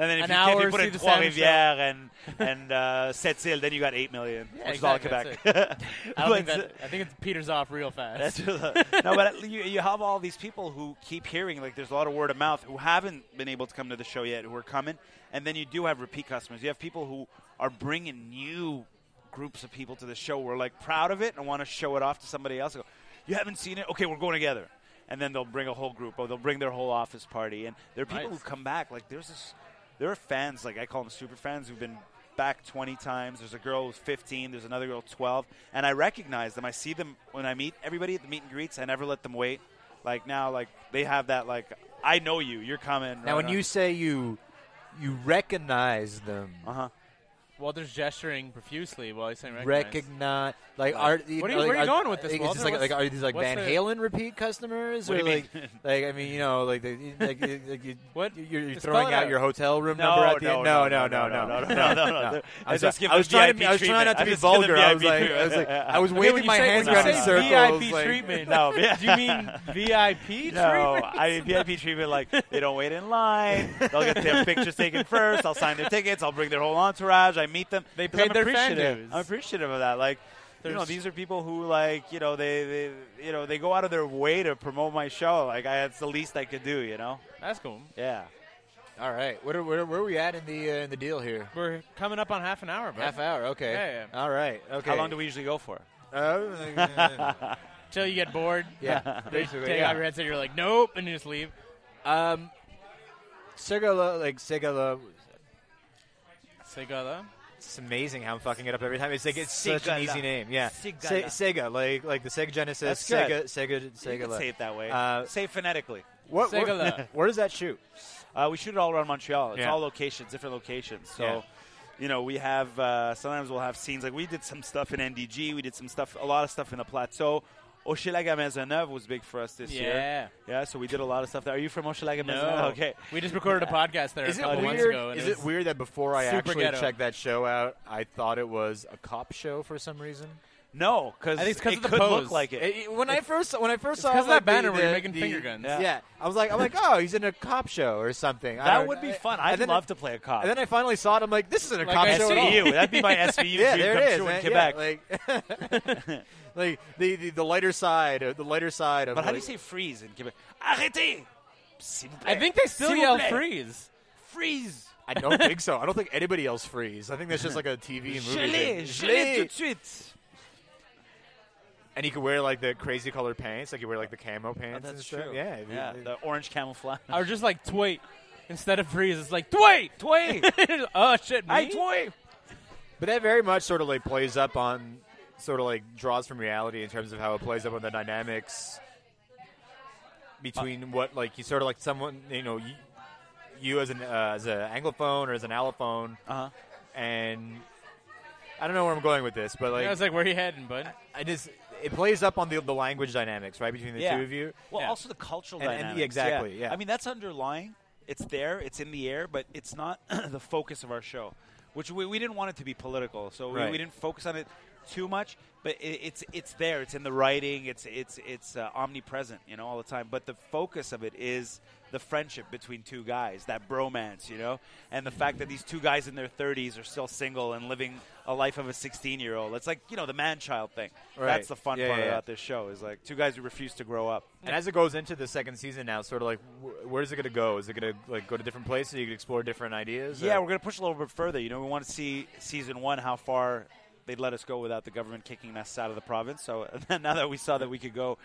And then An if you, if you hour, put see in the Trois Sandwich Rivières and and uh, Sept Îles, then you got eight million, [LAUGHS] Yeah, which is all exactly, Quebec. But, I, [LAUGHS] don't think uh, that, I think it peters off real That's [LAUGHS] fast. no, but you, you have all these people who keep hearing like there's a lot of word of mouth who haven't been able to come to the show yet who are coming, and then you do have repeat customers. You have people who are bringing new groups of people to the show. who are like proud of it and want to show it off to somebody else. Go, you haven't seen it? Okay, we're going together. And then they'll bring a whole group, or they'll bring their whole office party. And there are people Nice. who come back. Like there's this, there are fans like I call them super fans who've been back 20 times. There's a girl who's 15. There's another girl 12, and I recognize them. I see them when I meet everybody at the meet and greets. I never let them wait. Like now, like they have that like I know you. You're coming now, when you say you you recognize them, uh huh. [LAUGHS] Walter's gesturing profusely while he's saying recognize. recognize like are What are you- where are you going with this, Is Walter? this like, like What's- are these like what's Van the- Halen repeat customers What or do you [LAUGHS] like like I mean you know like, the, like, you- like you, What? you're, you're Spell throwing it out out. your hotel room No, number at the no, end? no, no, no, no, no, [LAUGHS] no, no, no. I I was, just give I was them trying to VIP be, I was trying not to treatment. I be just give them vulgar. I was VIP like I was like I was Okay, when waving you my say- hands when you around in say circles. VIP like- treatment. [LAUGHS] No, [LAUGHS] yeah. Do you mean VIP [LAUGHS] No, treatment? I VIP treatment like they don't wait in line. They'll get their pictures taken first. I'll sign their tickets. I'll bring their whole entourage. I meet them. They 'Cause paid I'm their fan appreciative. dues. I'm appreciative of that. Like, you know, There's- these are people who like you know they, they you know they go out of their way to promote my show. Like, I, it's the least I could do. You know? That's cool. Yeah. [LAUGHS] All right, where, where, where are we at in the uh, in the deal here? We're coming up on half an hour, bro. Half hour, okay. Yeah, yeah. All right, okay. How long do we usually go for? Uh, [LAUGHS] Till you get bored. [LAUGHS] yeah, They basically. take out your yeah. headset. You're like, nope, and you just leave. Um, Segala, like Segala, Segala. it's amazing how I'm fucking it up every time. It's like it's such an Segala. easy name. Yeah, Se- Segala. Sega, like like the Sega Genesis, That's good. Sega, Sega, You can Segala. say it that way. Uh, say it phonetically. What, what- [LAUGHS] Segala. where does that shoot? Uh, we shoot it all around Montreal. It's Yeah. all locations, different locations. So, Yeah. you know, we have uh, sometimes we'll have scenes like we did some stuff in NDG. We did some stuff, a lot of stuff in the Plateau. Hochelaga Maisonneuve was big for us this year. Yeah. Yeah, so we did a lot of stuff there. Are you from Hochelaga No. Maisonneuve? Okay. We just recorded a podcast there Is a it couple months weird? ago. and Is was- it weird that before I super actually ghetto. checked that show out, I thought it was a cop show for some reason? No, because I think it's 'cause it of the could pose. look like it. It- it- when I first when I first saw It's 'cause of like, that banner the, where you're the- making the- finger guns. Yeah. Yeah. I was like, I'm like, oh, he's in a cop show or something. I that don't- would be I- fun. and I'd then love I, to play a cop. And then I finally saw it. I'm like, this isn't a Like cop I show at all. see SVU. That'd be [LAUGHS] my SVU Yeah, dream there come it is. true in man. Quebec. Yeah, [LAUGHS] like, [LAUGHS] like the, the the lighter side, of, the lighter side of. but how do you like- say freeze in Quebec? Arrêtez! S'il vous I plaît. think they still S'il vous yell plaît. freeze. Freeze! I don't think so. I don't think anybody else frees. I think that's just like a [LAUGHS] TV and movie. Gelé! thing. Gelé tout de suite! And you could wear like the crazy colored pants, like you wear like the camo pants. Oh, and that's stuff. true. Yeah, if you- yeah. The orange camouflage. I was just like, tweet. Instead of freeze, it's like, tweet! Toy, [LAUGHS] oh, shit, me? I toy. But that very much sort of like plays up on, sort of like draws from reality in terms of how it plays up on the dynamics Uh, between what like you sort of like someone you know you, you as an uh, as a anglophone or as an allophone Uh huh. and I don't know where I'm going with this, but like I was like, where you heading, bud? I just it plays up on the the language dynamics right between the Yeah. two of you. Well, Yeah. also the cultural And- and- dynamics. yeah, exactly, yeah. I mean, that's underlying. It's there. It's in the air, but [CLEARS THROAT] it's not the focus of our show, which we, we didn't want it to be political. So we, Right. we didn't focus on it. too much, but it, it's it's there. It's in the writing. It's it's it's uh, omnipresent, you know, all the time. But the focus of it is the friendship between two guys, that bromance, you know, and the fact that these two guys in their 30s are still single and living a life of a 16-year-old. It's like you know the man-child thing. Right. That's the fun Yeah, part yeah, yeah. about this show is like two guys who refuse to grow up. And as it goes into the second season now, sort of like, wh- where is it going to go? Is it going to like go to different places? You can explore different ideas. Yeah, or- we're going to push a little bit further. You know, we want to see season one how far they'd let us go without the government kicking us out of the province. So [LAUGHS] now that we saw that we could go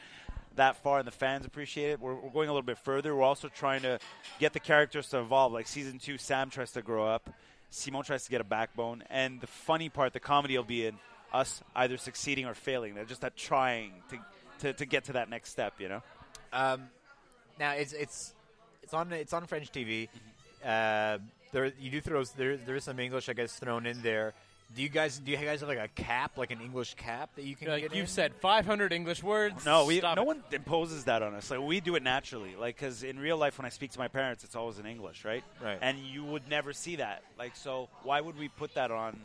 that far and the fans appreciate it, we're, we're going a little bit further. We're also trying to get the characters to evolve. Like season two, Sam tries to grow up, Simon tries to get a backbone, and the funny part, the comedy will be in us either succeeding or failing. They're just that trying to. To, to get to that next step, you know, Um, now it's it's it's on it's on French TV. Uh, there you do throw there there is some English I guess thrown in there. Do you guys do you guys have like a cap like an English cap that you can Like get? you've in? said 500 English [LAUGHS] words. no, we Stop no it. one imposes that on us. Like we do it naturally. Like because in real life, when I speak to my parents, it's always in English, right? Right. And you would never see that. Like, so why would we put that on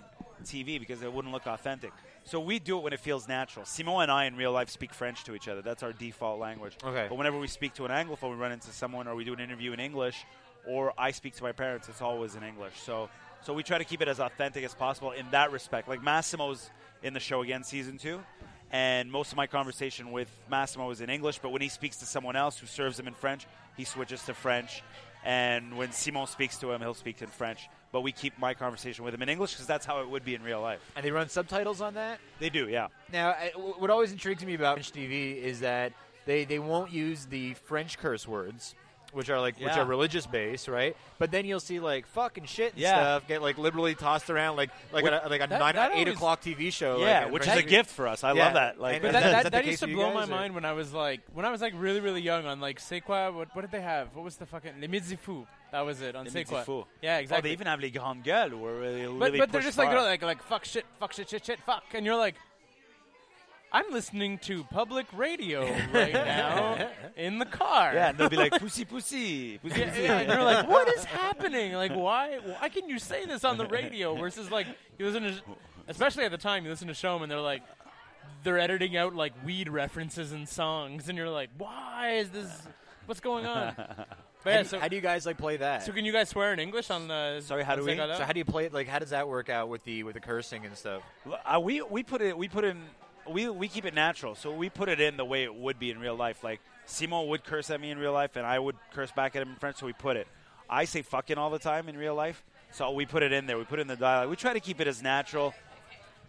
TV? Because it wouldn't look authentic. So we do it when it feels natural. Simon and I in real life speak French to each other. That's our default language. Okay. But whenever we speak to an Anglophone, we run into someone, or we do an interview in English, or I speak to my parents. It's always in English. So, so we try to keep it as authentic as possible in that respect. Like Massimo's in the show again, season two. And most of my conversation with Massimo is in English, but when he speaks to someone else who serves him in French, he switches to French. And when Simon speaks to him, he'll speak in French. But we keep my conversation with him in English because that's how it would be in real life. and they run subtitles on that. They do, yeah. Now, I, w- what always intrigues me about French TV is that they, they won't use the French curse words, which are like which Yeah. are religious based, right? But then you'll see like fuck and shit and Yeah. stuff get like liberally tossed around, like like Which- a, like a that- nine that eight always- o'clock TV show, yeah, like, which is French a TV. gift for us. I Yeah. love that. Like, And- But Is that, that- that, is that that the used case to for you blow guys, my or- mind when I was like when I was like really really young on like Sequa. What, what did they have? What was the fucking Les Mizifu? That was it on Les Sequa. Mizifu. Yeah, Oh, they exactly. even have Les Grandes Gueules who are really, but really but they're pushed just like they're far. like like fuck shit fuck shit shit shit fuck, and you're like, I'm listening to public radio right now in the car. Yeah, and they'll [LAUGHS] be like, pussy, pussy. pussy, [LAUGHS] Yeah, pussy. yeah, and you're like, what is happening? Like, why? Why can you say this on the radio? Versus, like, you listen to, especially at the time, you listen to Showman, they're like, they're editing out like weed references and songs, and you're like, why is this? What's going on? But How, yeah, do, so, how do you guys like play that? so can you guys swear in English on the? Sorry, how on do we? Segala? So how do you play it? Like, how does that work out with the with the cursing and stuff? Uh, we we put it we put in we we keep it natural, so we put it in the way it would be in real life. Like Simon would curse at me in real life, and I would curse back at him in French. So we put it. I say fucking all the time in real life, so we put it in there. We put it in the dialogue. We try to keep it as natural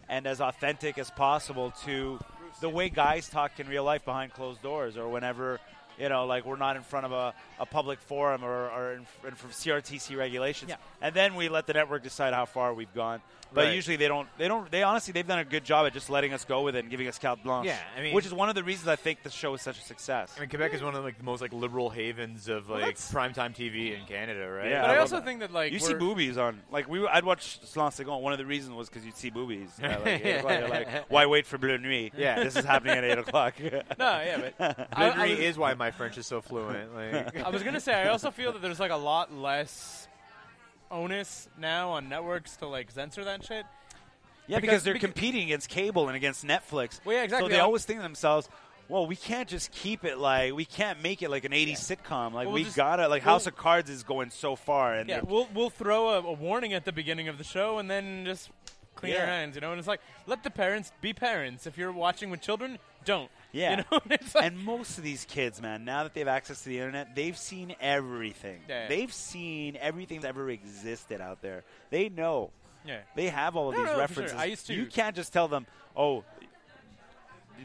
and as authentic as possible to the way guys talk in real life behind closed doors or whenever you know like we're not in front of a, a public forum or, or in, in from crtc regulations Yeah. and then we let the network decide how far we've gone but Right. usually they don't they don't they honestly they've done a good job at just letting us go with it and giving us carte blanche Yeah, I mean- which is one of the reasons i think the show is such a success I mean, Quebec is one of like the most like liberal havens of like that's- primetime TV in Canada, right? Yeah. But I I love also that. think that like you see we're- boobies on like we. I'd watch Slant Second. One of the reasons was because you'd [LAUGHS] see boobies. Yeah, like, eight o'clock, you're like, why wait for Bleu Nuit? Yeah. this is happening at [LAUGHS] eight o'clock. No, yeah, but I- I Biggery [LAUGHS] was- is why my French is so fluent. Like, I was gonna say I also feel that there's like a lot less onus now on networks to like censor that shit. Yeah, Because- because, they're beca- competing against cable and against Netflix. Well, yeah, exactly. So they I'll- always think to themselves, "Well, we can't just keep it like we can't make it like an '80s sitcom. Like Well, we just- gotta like we'll- House of Cards is going so far." And Yeah, they're- we'll we'll throw a, a warning at the beginning of the show and then just clean our Yeah. hands, you know. And it's like, let the parents be parents. If you're watching with children, don't. [LAUGHS] yeah. you know. [LAUGHS] And it's like, and most of these kids, man, now that they've access to the internet, they've seen everything. Yeah, yeah. They've seen everything that ever existed out there. They know. yeah. They have all of No, these no, for sure. references. I used to- You can't just tell them, oh,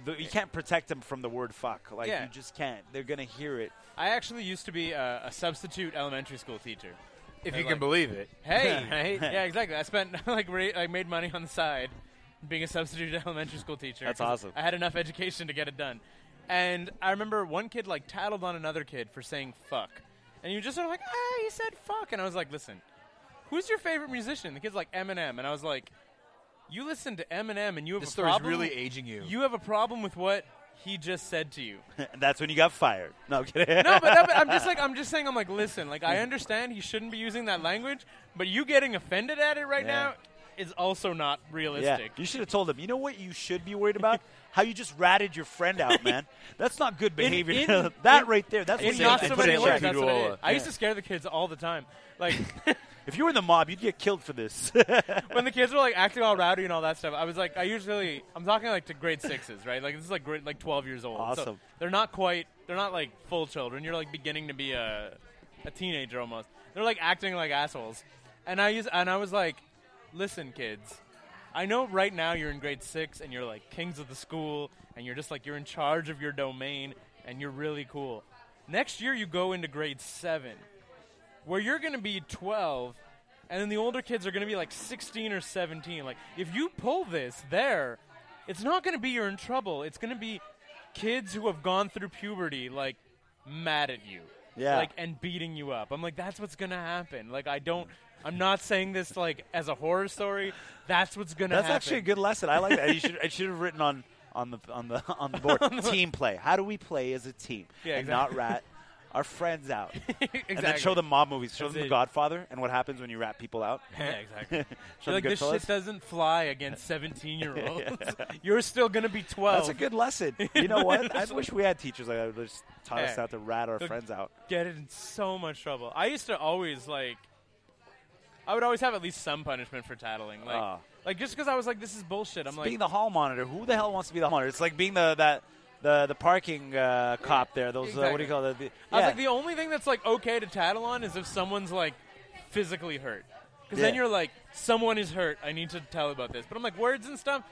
th- you can't protect them from the word fuck. Like, Yeah. you just can't. They're going to hear it. I actually used to be a, a substitute elementary school teacher. if [LAUGHS] They're you like- can believe it. Hey, Right? yeah, exactly. I spent [LAUGHS] like re- I made money on the side being a substitute [LAUGHS] elementary school teacher. That's 'cause awesome. I had enough education to get it done. And I remember one kid like tattled on another kid for saying fuck. And you just sort of like, ah, he said fuck. And I was like, listen, who's your favorite musician? The kid's like Eminem. And I was like, you listen to Eminem and you have This a story's problem. really aging you. You have a problem with what he just said to you. And that's when you got fired. No, I'm kidding. No, but, no, but I'm just like I'm just saying. I'm like, listen, like I understand he shouldn't be using that language, but you getting offended at it right Yeah. now is also not [LAUGHS] Yeah. realistic. You should have told him. You know what you should be [LAUGHS] worried about? How you just ratted your friend out, man. That's not good behavior. in- [LAUGHS] that in- right there. That's In what not they so put many in words. Shaq That's what I, Kudola. did. I used to scare the kids all the time. Like [LAUGHS] If you were in the mob, you'd get killed for this. [LAUGHS] when the kids were like acting all rowdy and all that stuff, I was like, I usually, I'm talking like to grade sixes, right? Like this is like grade like 12 years old. So Awesome. they're not quite, they're not like full children. You're like beginning to be a, a teenager almost. They're like acting like assholes, and I use, and I was like, listen, kids. I know right now you're in grade six and you're like kings of the school and you're just like you're in charge of your domain and you're really cool. Next year you go into grade seven where you're going to be 12 and then the older kids are going to be like 16 or 17 like if you pull this there it's not going to be you're in trouble it's going to be kids who have gone through puberty like mad at you Yeah. like and beating you up i'm like that's what's going to happen like i don't i'm not saying this like as a horror story that's what's going to That's happen actually a good lesson. I like that. You should, I should have written on, on the on the on [LAUGHS] the board team play. How do we play as a team Yeah, and exactly. not rat our [LAUGHS] friends out? And then Exactly. show them mob movies. Show That's them it. The Godfather and what happens when you rat people [LAUGHS] out. yeah, [LAUGHS] exactly. Show You're like them this shit Goodfellas. doesn't fly against 17 year olds. [LAUGHS] You're still gonna be 12. That's a good lesson. You know what? I wish we had teachers like that who just taught Hey. us not to rat our Look- friends out. get in so much trouble. I used to always like, I would always have at least some punishment for tattling, like, Ah. like just because I was like, this is bullshit. I'm like, being the hall monitor. Who the hell wants to be the hall monitor? It's like being the that the the parking uh, cop there. Those uh, what Exactly. do you call that? The, yeah. I was like, the only thing that's like okay to tattle on is if someone's like physically hurt, because then Yeah. you're like, someone is hurt. I need to tell about this. But I'm like, words and stuff.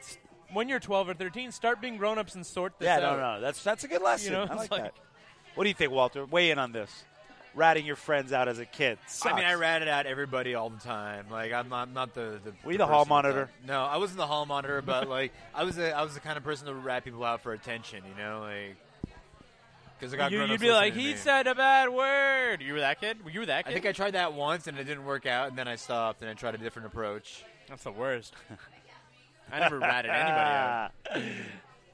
s- When you're 12 or 13, start being grown ups and sort this yeah, out. no, no, that's that's a good lesson. know, it's I like, like- that. What do you think, Walter? Weigh in on this. Ratting your friends out as a kid. I mean, I Sucks. ratted out everybody all the time. Like, I'm not, I'm not the. the Were you the hall person that- monitor? No, I wasn't the hall monitor, but like, I was the, I was the kind of person to rat people out for attention. You know, like, because I got You, grown-ups would be like, listening to he me. said a bad word. You were that kid. Were you that kid? I think I tried that once and it didn't work out, and then I stopped and I tried a different approach. That's the worst. I never ratted anybody out. [LAUGHS]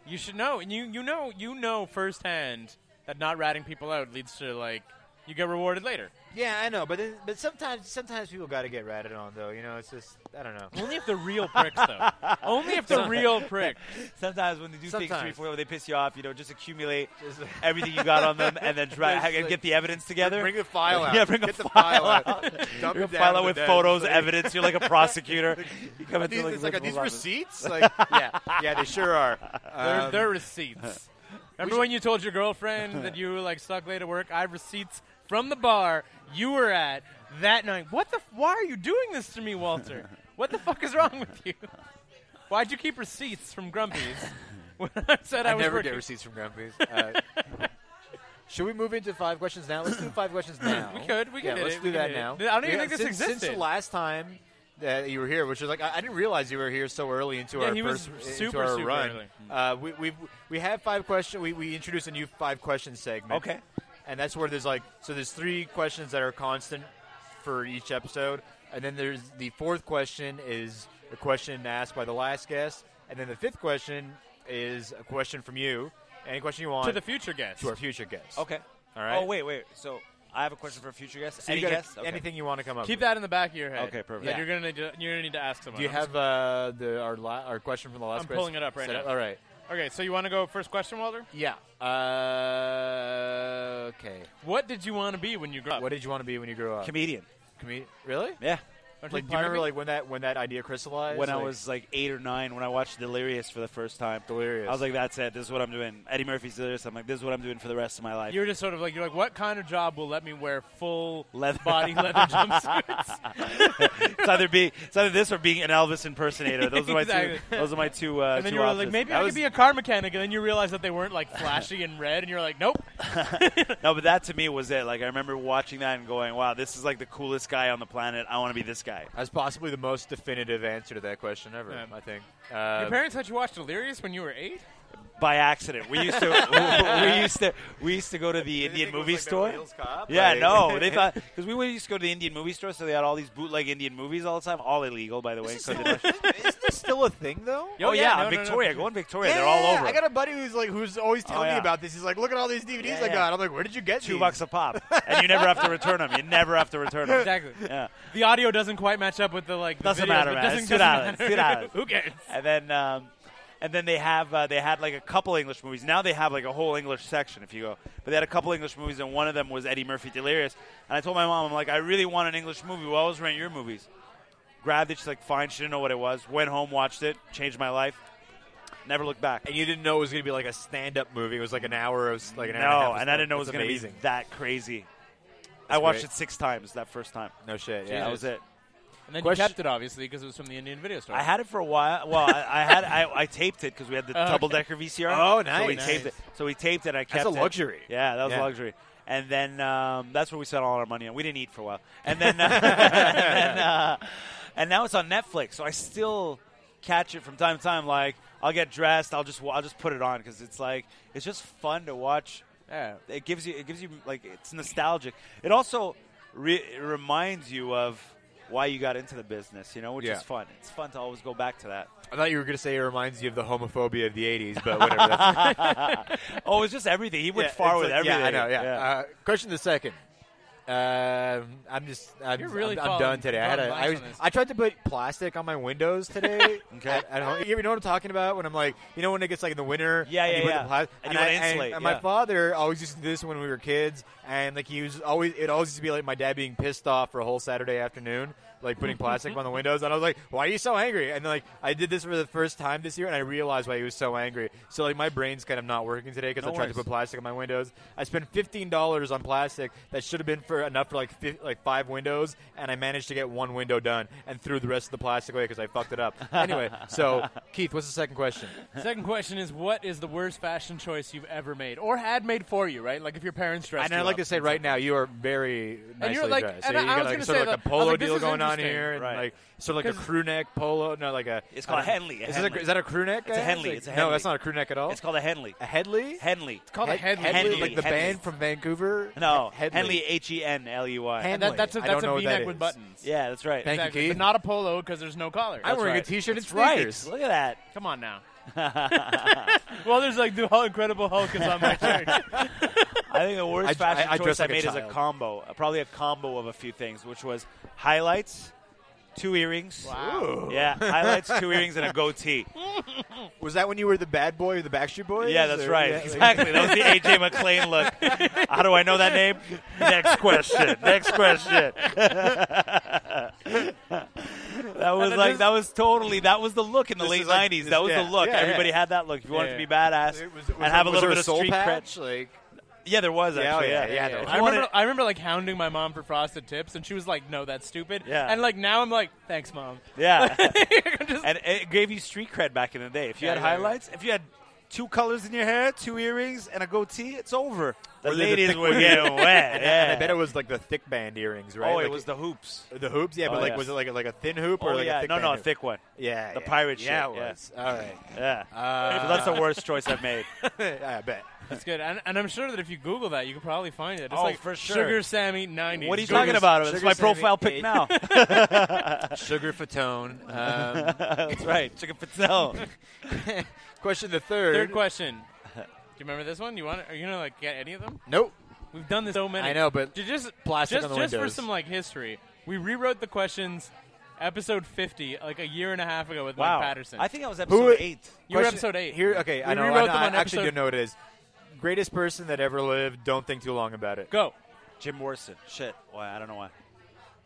You should know, and you you know you know firsthand that not ratting people out leads to like you get rewarded later. Yeah, I know, but then, but sometimes sometimes people got to get ratted on though. You know, it's just I don't know. Only if they're real pricks, [LAUGHS] though. Only if they're real pricks. [LAUGHS] Sometimes when they do things three, Sometimes. four, when they piss you off, you know, just accumulate Just- everything you got on them and then try, Just like- get the evidence together. Bring the file out. [LAUGHS] Yeah, bring Get a the file file out. Dump You're it down file to out with the desk. photos, Like- evidence. You're like a prosecutor. You come Are into, these, it's like, are these Muhammad. receipts? [LAUGHS] Like, yeah, yeah, they sure are. They're, Um, [LAUGHS] they're receipts. Remember when you told your girlfriend that you were like stuck late at work? I have receipts from the bar you were at that night. What the? f- Why are you doing this to me, Walter? What the fuck is wrong with you? Why'd you keep receipts from Grumpy's [LAUGHS] when I said I, I was never working? get receipts from [LAUGHS] Grumpy's. Uh, should we move into five questions now? Let's do five questions now. [COUGHS] We could, we yeah, could, Let's we do that could. now. I don't even Yeah, think this since, Since existed. the last time that you were here, which was like I, I didn't realize you were here so early into Yeah, our he was first into super, our super run. early. Uh, we we we have five questions. We we introduced a new five question segment. Okay. and that's where there's like so there's three questions that are constant for each episode, and then there's the fourth question is a question asked by the last guest, and then the fifth question is a question from you, any question you want to the future guest. to our future guests. Okay. All right. Oh wait, wait. So I have a question for a future guest. So Any you gotta- guest? Okay. anything you want to come up? Keep with. that in the back of your head. Okay, perfect. That Yeah. you're gonna need to, you're gonna need to ask someone. Do you I'm have uh, the our la- our question from the last? I'm quest- pulling it up right set now. All right. just- okay, so you want to go first question, Walter? Yeah. Uh, okay. What did you want to be when you grew up? What did you want to be when you grew up? Comedian. Comed- really? Yeah. Aren't Like, do you you part of remember me? like when that when that idea crystallized? When I Like, was like eight or nine, when I watched Delirious for the first time, Delirious. I was like, "That's it. This is what I'm doing." Eddie Murphy's Delirious. I'm like, "This is what I'm doing for the rest of my life." you were just sort of like you're like, what kind of job will let me wear full Leather- body [LAUGHS] leather jumpsuits? [LAUGHS] it's either be it's either this or being an Elvis impersonator. Those are my Exactly. two. Those are my two. Uh, and then two you were options. like, maybe That I was- could be a car mechanic, and then you realized that they weren't like flashy and red, and you're like, nope. No, but that to me was it. Like I remember watching that and going, "Wow, this is like the coolest guy on the planet. I want to be this guy." That's possibly the most definitive answer to that question ever. Yeah. I think. Your Uh, parents had you watch Delirious when you were eight? by accident. We used to [LAUGHS] we, used to we used to go to the Indian movie store. [LAUGHS] Yeah, no, they thought because we would used to go to the Indian movie store, so they had all these bootleg Indian movies all the time, all illegal, by the way. so they [LAUGHS] don't- Isn't this still a thing though? Yo, oh yeah, no, no, on no. Victoria, go on Victoria, they're all over. I got a buddy who's like who's always telling yeah. me about this. He's like, look at all these DVDs Yeah, I yeah. got. I'm like, where did you get two these? bucks a pop, and you never have to return them. You never have to return them. [LAUGHS] Exactly. Yeah. The audio doesn't quite match up with the like. The Doesn't videos, matter, but man. Doesn't, It's doesn't $2. matter. $2. [LAUGHS] Who cares? and then um, and then they have uh, they had like a couple English movies. Now they have like a whole English section if you go. But they had a couple English movies, and one of them was Eddie Murphy Delirious. And I told my mom, I'm like, I really want an English movie. Well, I always rent your movies. Grabbed it. She's like, fine. She didn't know what it was. Went home, watched it, changed my life. Never looked back. And you didn't know it was gonna be like a stand-up movie. It was like an hour of like an hour. no, and, and I didn't know it was going to be amazing. that crazy. I watched great. it six times that first time. No shit. Yeah, Yeah, that was it. And then Question- you kept it obviously because it was from the Indian video store. I had it for a while. Well, I, I had I, I taped it because we had [LAUGHS] the Oh, okay. double decker VCR. Oh, So we nice. taped it. So we taped it. I kept That's a it. luxury. Yeah, that was Yeah. luxury. And then um, that's where we spent all our money on. We didn't eat for a while. And [LAUGHS] then, [LAUGHS] and, then, uh, and now it's on Netflix. So I still catch it from time to time. Like I'll get dressed. I'll just wa- I'll just put it on because it's like it's just fun to watch Yeah. it gives you it gives you like it's nostalgic. It also re- it reminds you of why you got into the business, you know, which Yeah. is fun. It's fun to always go back to that. I thought you were gonna say it reminds you of the homophobia of the '80s, [LAUGHS] but whatever. That's Oh, it's just everything. He went Yeah, far it's with like- everything. Yeah, I know. Yeah. Uh, question the second. Um, I'm just. I'm, You're really I'm- I'm, done following- today. I had. following A, I, lines was, on this. I tried to put plastic on my windows [LAUGHS] today. Okay. At, at home. You know what I'm talking about? When I'm like, you know, when it gets like in the winter. Yeah, and yeah, you put yeah. The plastic, And you wanna insulate, and yeah. my father always used to do this when we were kids, and like he was always. It always used to be like my dad being pissed off for a whole Saturday afternoon. Like [LAUGHS] putting plastic on the windows, and I was like, "Why are you so angry?" And like, I did this for the first time this year, and I realized why he was so angry. So like, my brain's kind of not working today because No I tried worries. to put plastic on my windows. I spent fifteen dollars on plastic that should have been for enough for like fi- like five windows, and I managed to get one window done and threw the rest of the plastic away because I fucked it up. anyway, so Keith, what's the second question? Second question is, what is the worst fashion choice you've ever made or had made for you? Right, like if your parents dressed. And I'd you like up to say and right now you are very And nicely you're, like- dressed. So and you I- got I was like gonna sort of say, like a though, I polo was like, this deal is going on interesting. here, and Right. like sort of like a 'Cause- crew neck polo. No, like a It's called I don't- Henley, Is, a this Henley. a, is that a crew neck? It's a guys? Henley, Like- it's a No, Henley. that's not a crew neck at all. It's called a Henley. Uh, a Headley. Henley. It's called a Head- headley. Henley. like the Henley's. band from Vancouver. No, Headley. Henley. H E N L U I. And that, that's a, I don't that's know a what that V-neck with is. buttons. Yeah, that's right. Thank you, exactly. Keith. But not a polo because there's no collar. I'm wearing right. a T-shirt That's and right. sneakers. Look at that. Come on [LAUGHS] now. well, there's like the whole Incredible Hulk is on my [LAUGHS] shirt. I [LAUGHS] think the worst I- fashion I- I choice dress I like a made is a child. combo, uh, probably a combo of a few things, which was highlights, two earrings. Wow. Yeah, highlights, two earrings, and a goatee. Was that when you were the bad boy of the Backstreet Boys? Yeah, that's Or- right. [LAUGHS] yeah, like- exactly. That was the AJ McLean look. How do I know that name? Next question. Next [LAUGHS] question. that was And it like is- that was totally that was the look in the This late is like- '90s. this- That was yeah, the look. yeah, yeah. Everybody had that look. If you Yeah. wanted to be badass It was- was and there- was have a little there bit of soul street patch? cred. Like, Yeah, there was yeah, oh, actually. yeah, yeah. yeah, Yeah. no. I you wanted- remember, I remember like hounding my mom for frosted tips, and she was like, "No, that's stupid." Yeah. And like now I'm like, "Thanks, mom." [LAUGHS] [LAUGHS] Yeah. Just- and it gave you street cred back in the day. If you Yeah, had yeah, yeah. highlights, if you had two colors in your hair, two earrings, and a goatee, it's over. The Were they the ladies thick were ones? [LAUGHS] getting wet. and Yeah. I bet it was like the thick band earrings, right? oh, like, it was the hoops. the hoops. Yeah, Oh, but like, yeah. was it like a, like a thin hoop or Oh, like yeah. a thick no, band no, a hoop? thick one. Yeah, The yeah. pirate Yeah, shit, it yeah. was. All right. [LAUGHS] Yeah. Uh, [LAUGHS] so that's the worst choice I've made. I bet. That's good. And, and I'm sure that if you Google that, you can probably find it. It's Oh, like for sure. Sugar Sammy 90. what are you Google- talking about? It's Sugar my Sammy profile pic ate- now. [LAUGHS] Sugar Fatone. Um, [LAUGHS] that's right. Chicken Patel. [LAUGHS] question the third. Third question. Do you remember this one? You want? Are you gonna like get any of them? Nope. We've done this so many. I know, but Ju- just plastic just, on the just for windows. some like history, we rewrote the questions, episode 50, like a year and a half ago with Wow. Mike Patterson. I think that was episode i- eight. you were Question- episode eight. Here, okay, I We know. I, rewrote know, them I on actually episode- don't know what it is. Greatest person that ever lived. Don't think too long about it. Go. Jim Morrison. Shit. Why? I don't know why.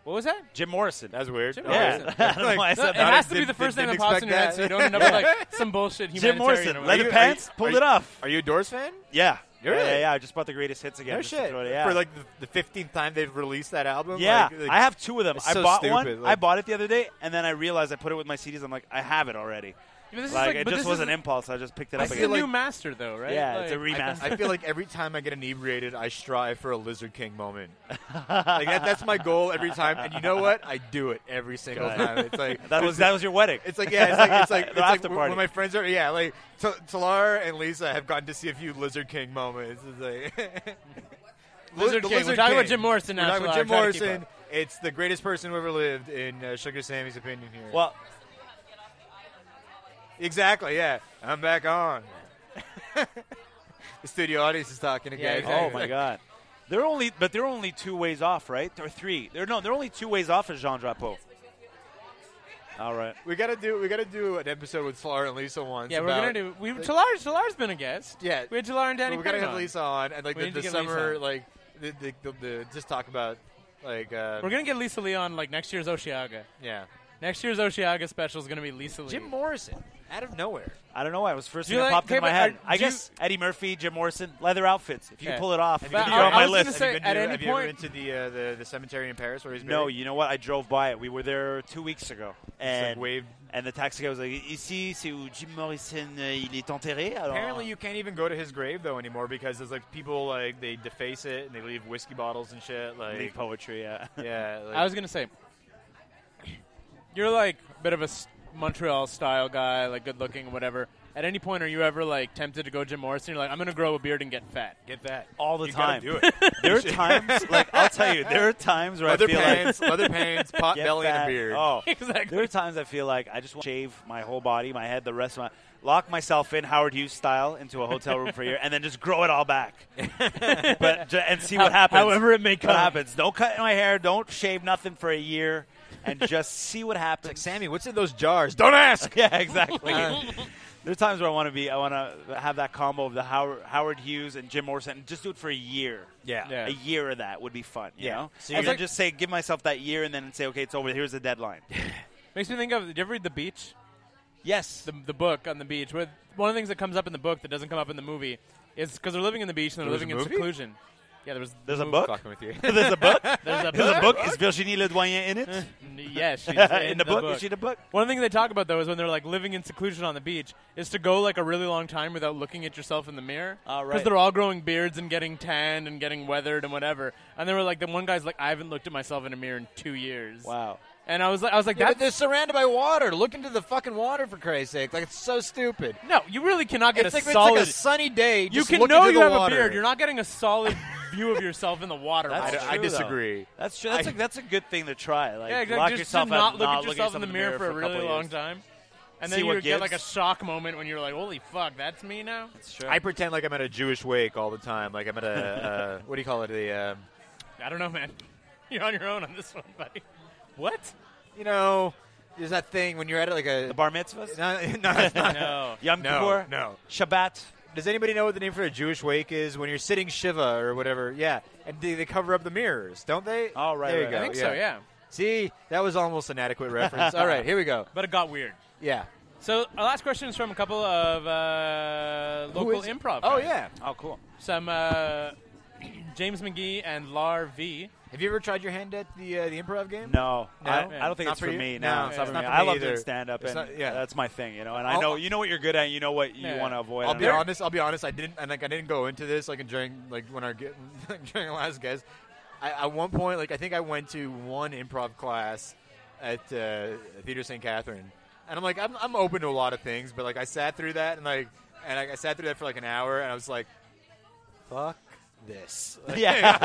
What was that? Jim Morrison. That was weird. Jim Okay. [LAUGHS] Morrison. yeah. I don't know why I No, said it that. has to did- be the first didn't thing that pops in your expect head, so you that. [LAUGHS] don't end up with like some bullshit Jim humanitarian. Morrison. or whatever. Leather Are you- pants. are you- Pulled it off. Are you a Doors fan? Yeah. You're yeah, right. yeah, yeah. I just bought the greatest hits again. no just to shit. throw it- yeah. For like the fifteenth time they've released that album. yeah, Like- like- I have two of them. It's I so bought stupid, one. like- I bought it the other day, and then I realized I put it with my CDs. I'm like, I have it already. this is Like, like- it but just this was is- an impulse. I just picked it This is up I a again. feel like- new master, though, right? Yeah, it's a Like, I- [LAUGHS] remaster. I feel like every time I get inebriated, I strive for a Lizard King moment. like that, that's my goal every time, and you know what? I do it every single Good. time. It's like that was that was your wedding. It's like yeah, it's like it's [LAUGHS] like, it's The like after when- party. when my friends are yeah, like T- Talar and Lisa have gotten to see a few Lizard King moments. It's like [LAUGHS] Lizard the King. We're talking about Jim Morrison We're now, talking about Talar. Jim Try to keep Morrison. up. It's the greatest person who ever lived, in uh, Sugar Sammy's opinion here. well, exactly, yeah. I'm back on. [LAUGHS] the studio audience is talking again. oh my god, they're only but they're only two ways off, right? Or three? They're no, they're only two ways off of Jean Drapeau. All right. We gotta do we gotta do an episode with Flora and Lisa once. Yeah, we're about- gonna do. We Talar, Talar's been a guest. Yeah. we had Talar and Danny. But we gotta Penn have on. Lisa on and like We the, need the to get Lisa summer on. like the, the, the, the just talk about like uh, We're gonna get Lisa Lee on like next year's Oshiaga. yeah Next year's Oshiaga special is gonna be Lisa Lee. Jim Morrison out of nowhere. I don't know why it was first Do thing you that like- popped okay, into my but head. are- I do you- guess Eddie Murphy, Jim Morrison, leather outfits. If you Okay. can pull it off, But you're on I my was gonna list. say- have you been at to, any have you point- ever been to the, uh, the the cemetery in Paris where he's No, buried? you know what? I drove by it. We were there two weeks ago, It's and like waved. and the taxi guy was like, "Ici, c'est où Jim Morrison euh, il est enterré." Alors, Apparently, you can't even go to his grave though anymore because there's like people like they deface it and they leave whiskey bottles and shit. Like Leave poetry. Yeah. [LAUGHS] yeah, like, I was gonna say, you're like a bit of a s- Montreal style guy, like good looking, whatever. At any point, are you ever like tempted to go Jim Morrison? You're like, I'm gonna grow a beard and get fat. get that [LAUGHS] all the You gotta time. do it. There are times, like I'll tell you, there are times where leather I feel pants, like leather pants, pot Get belly, and fat. a beard. Oh, exactly. there are times I feel like I just want to shave my whole body, my head, the rest of my lock myself in Howard Hughes style into a hotel room for a year, and then just grow it all back. but ju- and see what How- happens. however it may What come. happens? Don't cut my hair. Don't shave nothing for a year, and just see what [LAUGHS] happens. Sammy, what's in those jars? Don't ask. Yeah, [LAUGHS] exactly. There's times where I want to be, I want to have that combo of the Howard, Howard Hughes and Jim Morrison, and just do it for a year. Yeah. Yeah. a year of that would be fun. You Yeah. know, So so you you're- just say, give myself that year, and then say, okay, it's over. Here's the deadline. Makes me think of. Did you ever read The Beach? yes, The, the book on the beach. With one of the things that comes up in the book that doesn't come up in the movie is because they're living in the beach and they're There was living a in movie? seclusion. Yeah, there was. There's a movie- book? Fucking with you. [LAUGHS] there's a book. There's [LAUGHS] a There's a book. book. Is Virginie Ledoyen in it? Uh, Yes, she's in, the, book? Is she in the book? One thing they talk about though is when they're like living in seclusion on the beach is to go like a really long time without looking at yourself in the mirror. Ah, right. Because they're all growing beards and getting tanned and getting weathered and whatever. And they were like, the one guy's like, I haven't looked at myself in a mirror in two years. Wow. And I was like, I was like, Yeah, but [LAUGHS] that. they're surrounded by water. Look into the fucking water for Christ's sake! Like it's so stupid. No, you really cannot get It's a like, solid. it's like a sunny day. you just can look know into you the have water. a beard. You're not getting a solid view of yourself in the water. That's I, Ross. I true, though. [LAUGHS] disagree. That's true. That's, I- a, that's a good thing to try. Like yeah, lock exactly. Just to yourself out not and look not at yourself in the mirror for a couple really years. long time. And See then you what would get gives. like a shock moment when you're like, "Holy fuck, that's me now." That's true. I pretend like I'm at a Jewish wake all the time. Like I'm at [LAUGHS] a uh, what do you call it? The um, I don't know, man. [LAUGHS] You're on your own on this one, buddy. What? you know, there's that thing when you're at like a the bar mitzvahs, [LAUGHS] No, no, it's [LAUGHS] not. No. Yom no, Kippur, no. Shabbat. Does anybody know what the name for a Jewish wake is when you're sitting shiva or whatever? Yeah, and they, they cover up the mirrors, don't they? Oh, right, There you right, go. I think so, yeah. See, that was almost an adequate [LAUGHS] reference. all right, here we go. But it got weird. Yeah. So our last question is from a couple of uh, Who local is it? improv. Oh guys. yeah. Oh, cool. Some uh, James McGee and Lar V. Have you ever tried your hand at the uh, the improv game? No, No? I, I don't think Not it's for for, you? me. No, No, it's not it's for not me. for I me love either. doing stand up, It's and not- yeah. that's my thing. You know, and i I'll- know you know what you're good at. You know what you Yeah. want to avoid. I'll and be I'm- honest. I'll be honest. I didn't, and like I didn't go into this like during [LAUGHS] like when our ge- during our last guest. I, at one point, like I think I went to one improv class at uh, Theater St. Catherine, and I'm like I'm, I'm open to a lot of things, but like I sat through that and like and I, I sat through that for like an hour, and I was like, [LAUGHS] fuck. This, [LAUGHS] [LAUGHS] Yeah.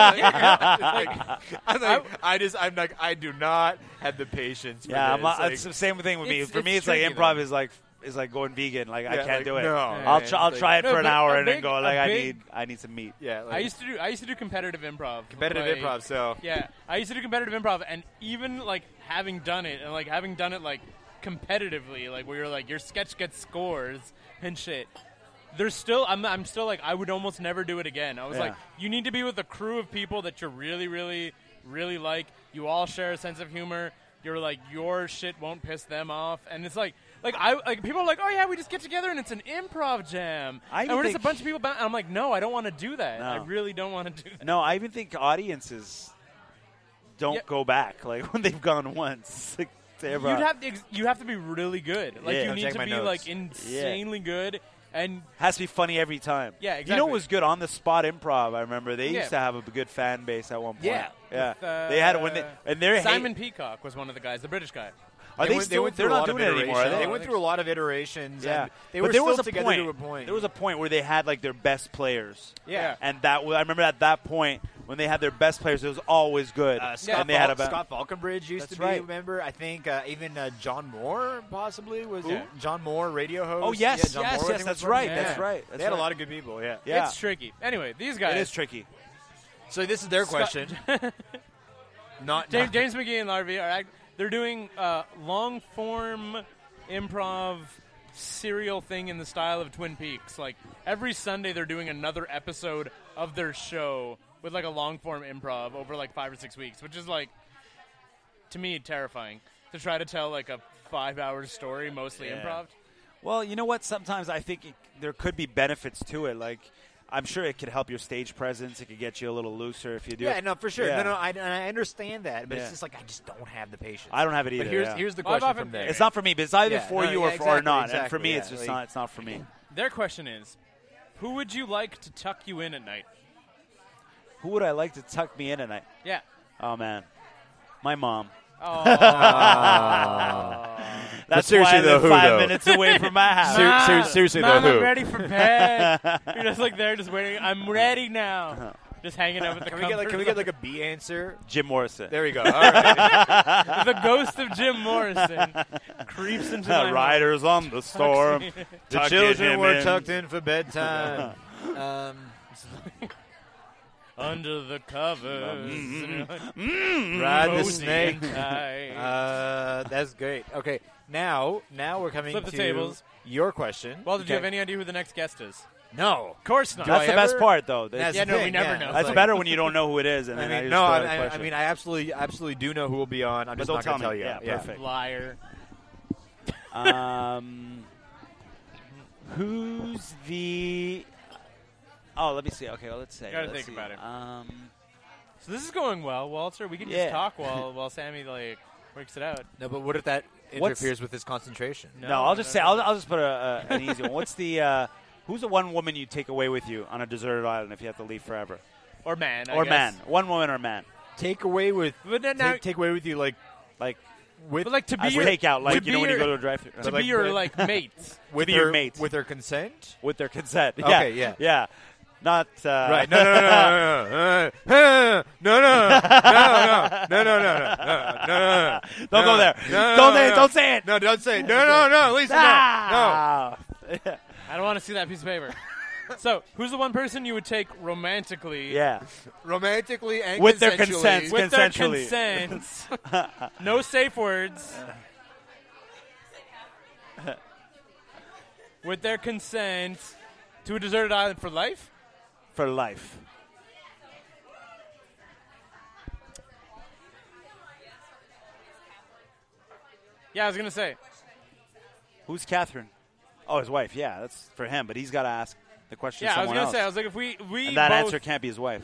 Like, I'm like, I just, I'm like, I do not have the patience. For Yeah, I'm, this. not- Like, it's the same thing with me. it's- For me, it's it's like tricky, improv though. is like is like going vegan. Like I Yeah, can't like, do it. no, I'll man. tr- I'll Like, try it No, for an but hour a and big- then go a like I big- need I need some meat. yeah, like, I used to do. I used to do competitive improv. competitive Like, improv. So Yeah, I used to do competitive improv, and even like having done it, and like having done it like competitively, like where you're like your sketch gets scores and shit. There's still, I'm, I'm still like, I would almost never do it again. I was Yeah. like, you need to be with a crew of people that you really, really, really like. You all share a sense of humor. You're like, your shit won't piss them off, and it's like, like I, like people are like, oh yeah, we just get together and it's an improv jam, I and we're just a think- bunch of people. Ba-. and I'm like, no, I don't want to do that. No. I really don't want to do that. No, I even think audiences don't Yeah. [LAUGHS] go back. Like when they've gone once. Like, to hip You'd hop. have to ex- you have to be really good. Like Yeah. you I'm need checking to my be like notes. insanely good and Has to be funny every time. Yeah, You know exactly. what was good on the spot improv? I remember they Yeah. used to have a good fan base at one point. Yeah. yeah. With, uh, they had when they and they're Simon Peacock was one of the guys, the British guy. are they, went, still? went through are a not lot of doing it anymore. Are iterations. they? They went through a lot of iterations. Yeah, and they but were there still was a together point. to a point. There was a point where they had like their best players. Yeah. and that was, I remember at that point when they had their best players, it was always good. Uh, Scott, Yeah. and they had Fal- a ba- Scott Falconbridge used That's to be right. a member. I think uh, even uh, John Moore possibly was Who? John Moore radio host. Oh, yes, yeah, John Moore, yes, I yes, think, that's was one of right, them. that's Yeah. right, that's they had right. a lot of good people. Yeah. Yeah. It's tricky. Anyway, these guys. it is tricky. So this is their Scott- question. [LAUGHS] not James, James McGee and Larvey are act- they're doing uh, long form improv serial thing in the style of Twin Peaks. Like every Sunday, they're doing another episode of their show with like a long form improv over like five or six weeks, which is like to me terrifying to try to tell like a five hour story mostly Yeah. improv. Well, you know what? Sometimes I think it, there could be benefits to it. Like, I'm sure it could help your stage presence. It could get you a little looser if you do. yeah, it. no, for sure. Yeah. No, no, I, and I understand that, but Yeah. it's just like I just don't have the patience. I don't have it either. but here's yeah. here's the Well, I've question often- from there. It's not for me, but it's either Yeah, for no, you yeah, or, for, or exactly, not. And for exactly, me, yeah, it's just like- not. It's not for me. Their question is, who would you like to tuck you in at night? Who would I like to tuck me in tonight? Yeah. Oh man, my mom. That's seriously why I though, live who, five though? minutes away from my house. Ser- ser- seriously Ah. Mom, though, I'm who? ready for bed. You're just like there, just waiting. I'm ready now. Just hanging out with the Can we get like can we get like a B answer? Jim Morrison. There we go. All right. [LAUGHS] the ghost of Jim Morrison creeps into my The mind. riders on the storm. the children were tucked in for bedtime. um, [LAUGHS] under the covers. [LAUGHS] ride the Cozy snake. and tight. Uh, that's great. Okay, now now we're coming Flip the to tables. your question. well, did you okay. have any idea who the next guest is? Of no, course not. That's I the best ever? part, though. That's, That's Yeah, the no, we thing, never yeah. know. It's that's like- better when you don't know who it is. And I then mean, just no, throw I, the I, I question. mean, I absolutely, absolutely do know who will be on. I'm just But don't not gonna tell me. you. Yeah, perfect. Liar. Um, who's the? Oh, let me see. Okay, well, let's say. Gotta let's think see. about it. Um, So this is going well, Walter. We can Yeah. just talk while while Sammy like works it out. No, but what if that What's- interferes with his concentration? no, I'll just say. I'll, I'll just put a, a, an easy one. What's the? Uh, who's the one woman you take away with you on a deserted island if you have to leave forever? or man I or guess. man, one woman or man, Take away with, But then now, take, take away with you, like like with, but like to be as your takeout, to like be you know when you your- go to a drive-thru to Like, be your like mate. with be her, your mate. with her consent. with their consent. Okay, yeah, yeah. yeah, not uh, [LAUGHS] Right? No, no, no, no, no, no, no, no, no, no, no, no, no, no, no, no, no. Don't go No, there. no, don't no, say no. it. Don't say it. No, don't say it. no, no, no, Lisa, no, Ah! [LAUGHS] I don't want to see that piece of paper. [LAUGHS] so, who's the one person you would take romantically Yeah. no. Romantically and With their consensually. consent. with their Consensually. consent? [LAUGHS] no safe words. with their consent to a deserted island for life? For life. Yeah, I was gonna say. Who's Catherine? Oh, his wife. Yeah, that's for him. But he's got to ask the question. Yeah, to I was someone gonna else. say. I was like, if we we and that both, answer can't be his wife.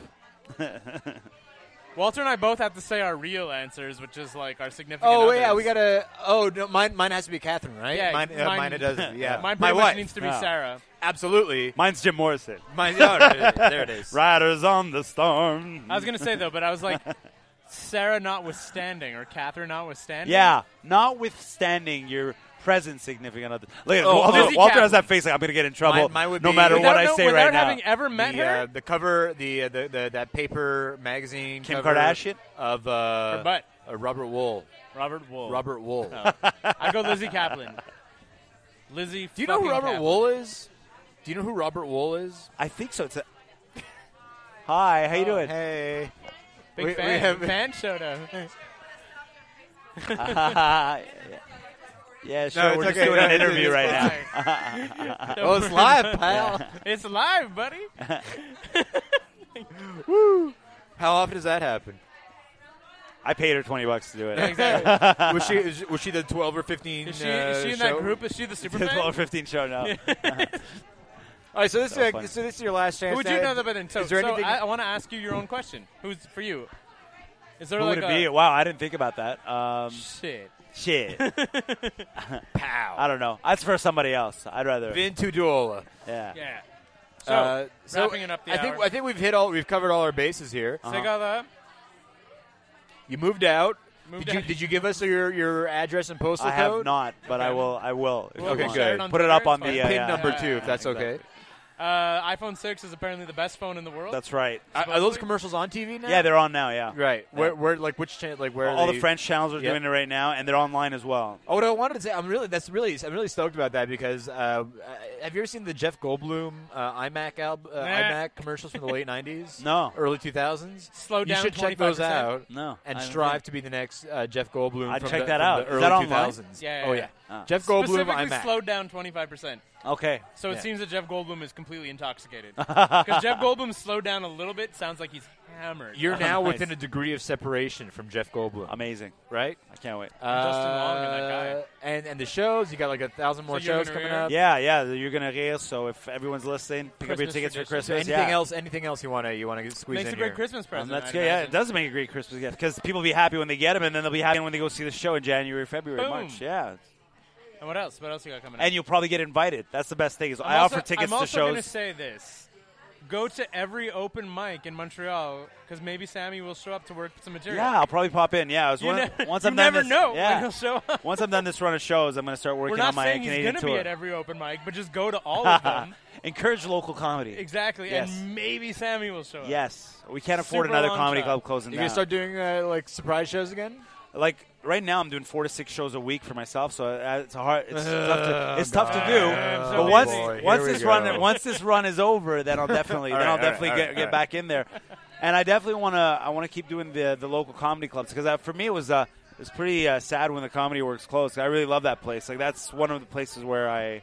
Walter and I both have to say our real answers, which is like our significant. Oh yeah, others. we gotta. Oh no, mine. Mine has to be Catherine, right? Yeah, mine. uh, mine- mine it [LAUGHS] doesn't. Yeah, Mine my pretty much wife. needs to be Yeah. Sarah. [LAUGHS] Absolutely. Mine's Jim Morrison. Mine. Oh, there, there it [LAUGHS] is. Riders on the storm. I was gonna say though, but I was like, Sarah notwithstanding or Catherine notwithstanding. yeah, notwithstanding your present significant other. Look at Oh, Walter. busy Walter has Catherine. that face like I'm going to get in trouble Mine- mine would no be- matter Without what I know- say without right now. having ever met the, her. Uh, the cover, the, uh, the the that paper magazine. Kim cover Kardashian? of uh, Her butt. Oh, uh, Robert Wool. Robert Wool. Robert Wool. I go Lizzie Kaplan. Lizzie. [LAUGHS] Do you know who fucking Robert Kaplan. Wool is? Do you know who Robert Wool is? I think so. It's a Hi, Oh, how you doing? Oh, Hey. Big We- we fan. have- fan showed [LAUGHS] up. yeah, sure. No, it's we're just okay. [LAUGHS] doing an No, it's- interview it's right now. [LAUGHS] Oh, it's live, pal. It's live, buddy. How often does that [LAUGHS] happen? I paid her twenty bucks to do it. [LAUGHS] [LAUGHS] Exactly. was she is- was she the twelve or fifteen? Is she, uh, is she in that show? group? Is [LAUGHS] she the super Twelve fan? [LAUGHS] or fifteen show now. [LAUGHS] All right, so this So is funny. so this is your last chance. Who would to- you know that by then? So, is there so anything? I, want to ask you your own question. Who's for you? Is there Who like would it a [LAUGHS] be? Wow, I didn't think about that. Um, shit? Shit. Pow. I don't know. That's for somebody else. I'd rather. Vin Tudola. Yeah. Yeah. So, Uh, so wrapping it up the I think hour. I think we've hit all we've covered all our bases here. Segala, You moved out. Moved did you out. did you give us your, your address and postal I code? have not, but I Okay. will. I will. if you We'll Okay, want. good. share on Put it Twitter, up on it's the, uh, fine. Pin yeah. number Yeah, two, if that's exactly. okay. uh, iPhone 6 is apparently the best phone in the world. That's right. Are, are those commercials on TV now? Yeah, they're on now. Yeah. right. Where, where like which channel? Like where? are All the they- French channels are Yeah. doing it right now, and they're online as well. Oh, what I wanted to say, I'm really that's really I'm really stoked about that because uh, uh, have you ever seen the Jeff Goldblum uh, iMac alb- uh, Nah. iMac commercials from the late '90s? No. early 2000s. Slow You down should check those 25%. out. No, and I don't strive to be the next uh, Jeff Goldblum. I'd from check the, that from out. the Is early that online? 2000s. Yeah, yeah, oh yeah. yeah. Ah. Jeff Goldblum Specifically iMac. slowed down 25%. Okay. So it Yeah. seems that Jeff Goldblum is completely [LAUGHS] intoxicated. Because Jeff Goldblum slowed down a little bit, sounds like he's hammered. [LAUGHS] You're now Nice. within a degree of separation from Jeff Goldblum, Amazing. right? I can't wait. Justin Long and that guy. Uh, And and the shows, you got like a thousand more So you're shows gonna coming rear- up. Yeah, yeah. You're gonna hear. So if everyone's listening, pick up your Christmas tickets for tradition. Christmas. Anything yeah. else? Anything else you want to you want to squeeze Makes in a great here? Christmas present. Um, that's I'd good. Yeah, imagine. it does make a great Christmas gift because people will be happy when they get them, and then they'll be happy when they go see the show in January, February, Boom. March. Yeah, And what else? What else you got coming up? and you'll probably get invited. That's the best thing. Is I I'm also- offer I'm tickets also to shows. gonna say this: go to every open mic in Montreal because maybe Sammy will show up to work some material. yeah, I'll probably pop in. Yeah, I was you, wondering- ne- [LAUGHS] once you I'm done never this- know yeah. [LAUGHS] when he'll show up. Once I'm done this run of shows, I'm going to start working We're not on my saying he's Canadian gonna tour. be at [LAUGHS] every open mic, but just go to all of them. Encourage local comedy. exactly, Yes. and maybe Sammy will show up. Yes, we can't afford Super another long comedy shot. club closing You down. gonna start doing uh, like surprise shows again? like right now, I'm doing four to six shows a week for myself, so uh, it's a hard. It's tough to. [LAUGHS] It's tough to do. I'm so but once busy. Oh, Boy, once here we this run go. once this run is over, then I'll definitely then right, [LAUGHS] I'll all right, definitely all get, right, get all back in there. And I definitely want to I want to keep doing the the local comedy clubs because for me it was uh it was pretty uh, sad when the Comedy Works closed. I really love that place. Like that's one of the places where I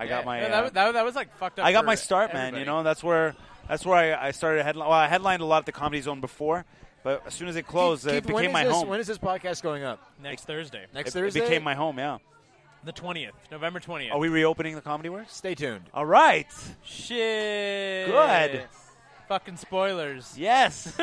I Yeah. got my No, uh, that, was- that, was- that was like fucked up. I got for my start, man. everybody. You know, that's where that's where I, I started headline. Well, I headlined a lot at the Comedy Zone before, but as soon as it closed, Keith, it when became is my this, home. When is this podcast going up? next Thursday, Next it, it Thursday. became my home. Yeah. the twentieth, November twentieth. Are we reopening the Comedy Works? Stay tuned. All right. shit? Good. Fucking spoilers. Yes.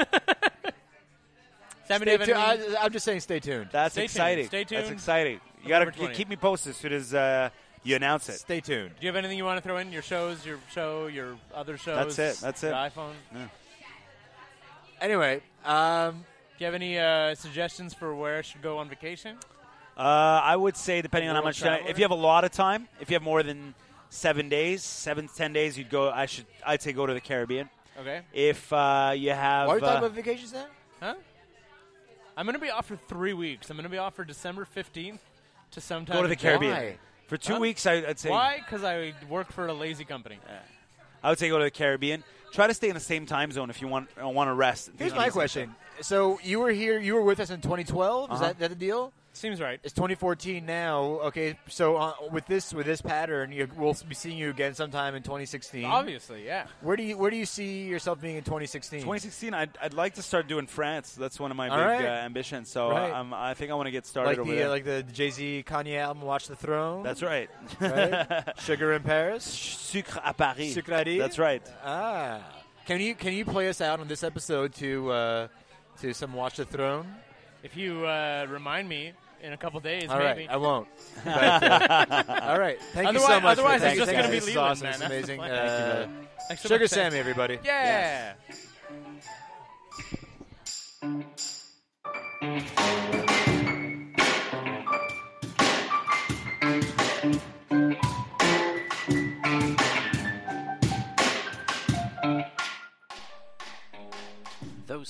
Sammy, Stay do you have tu- I, anything- I'm just saying, stay tuned. That's Stay tuned. exciting. Stay That's tuned. exciting. You November gotta 20th. k- keep me posted as soon as uh, you announce it. Stay tuned. Do you have anything you want to throw in? Your shows, your show, your other shows. That's it, that's it. Your iPhone. Anyway, um, Do you have any uh, suggestions for where I should go on vacation? Uh, I would say depending on how World much time. traveler? If you have a lot of time, if you have more than seven days, seven to ten days, you'd go. I should. I'd say go to the Caribbean. Okay. If uh, you have, why are we uh, talking about vacations now? Huh? I'm going to be off for three weeks. I'm going to be off for December 15th to sometime. go to the in Caribbean Why? for two Huh? weeks, I, I'd say. Jan- Why? Because I work for a lazy company. I would say go to the Caribbean. Try to stay in the same time zone if you want uh, want to rest. Here's You know, my these- question. So you were here. You were with us in 2012. Is Uh-huh. that, that the deal? Seems right. It's 2014 now. Okay, so uh, with this with this pattern, you, we'll be seeing you again sometime in 2016. Obviously, yeah. Where do you where do you see yourself being in 2016? 2016. I'd, I'd like to start doing France. That's one of my All big right. uh, ambitions. So Right. um, I think I want to get started like over the there. uh, like the Jay Z Kanye album, Watch the Throne. That's right. [LAUGHS] right? Sugar in Paris. [LAUGHS] Sucre à Paris. Sucrerie. That's right. Ah, can you can you play us out on this episode to uh, to some Watch the Throne? If you uh, remind me in a couple days, All right, maybe. I [LAUGHS] won't. But, uh, all right, thank you so Otherwise- much. otherwise for it's just thank gonna you. be This is Leland, awesome. man. It's That's amazing. fine. Uh, Thanks so Sugar much, Sam. Sammy, everybody. Yeah. Those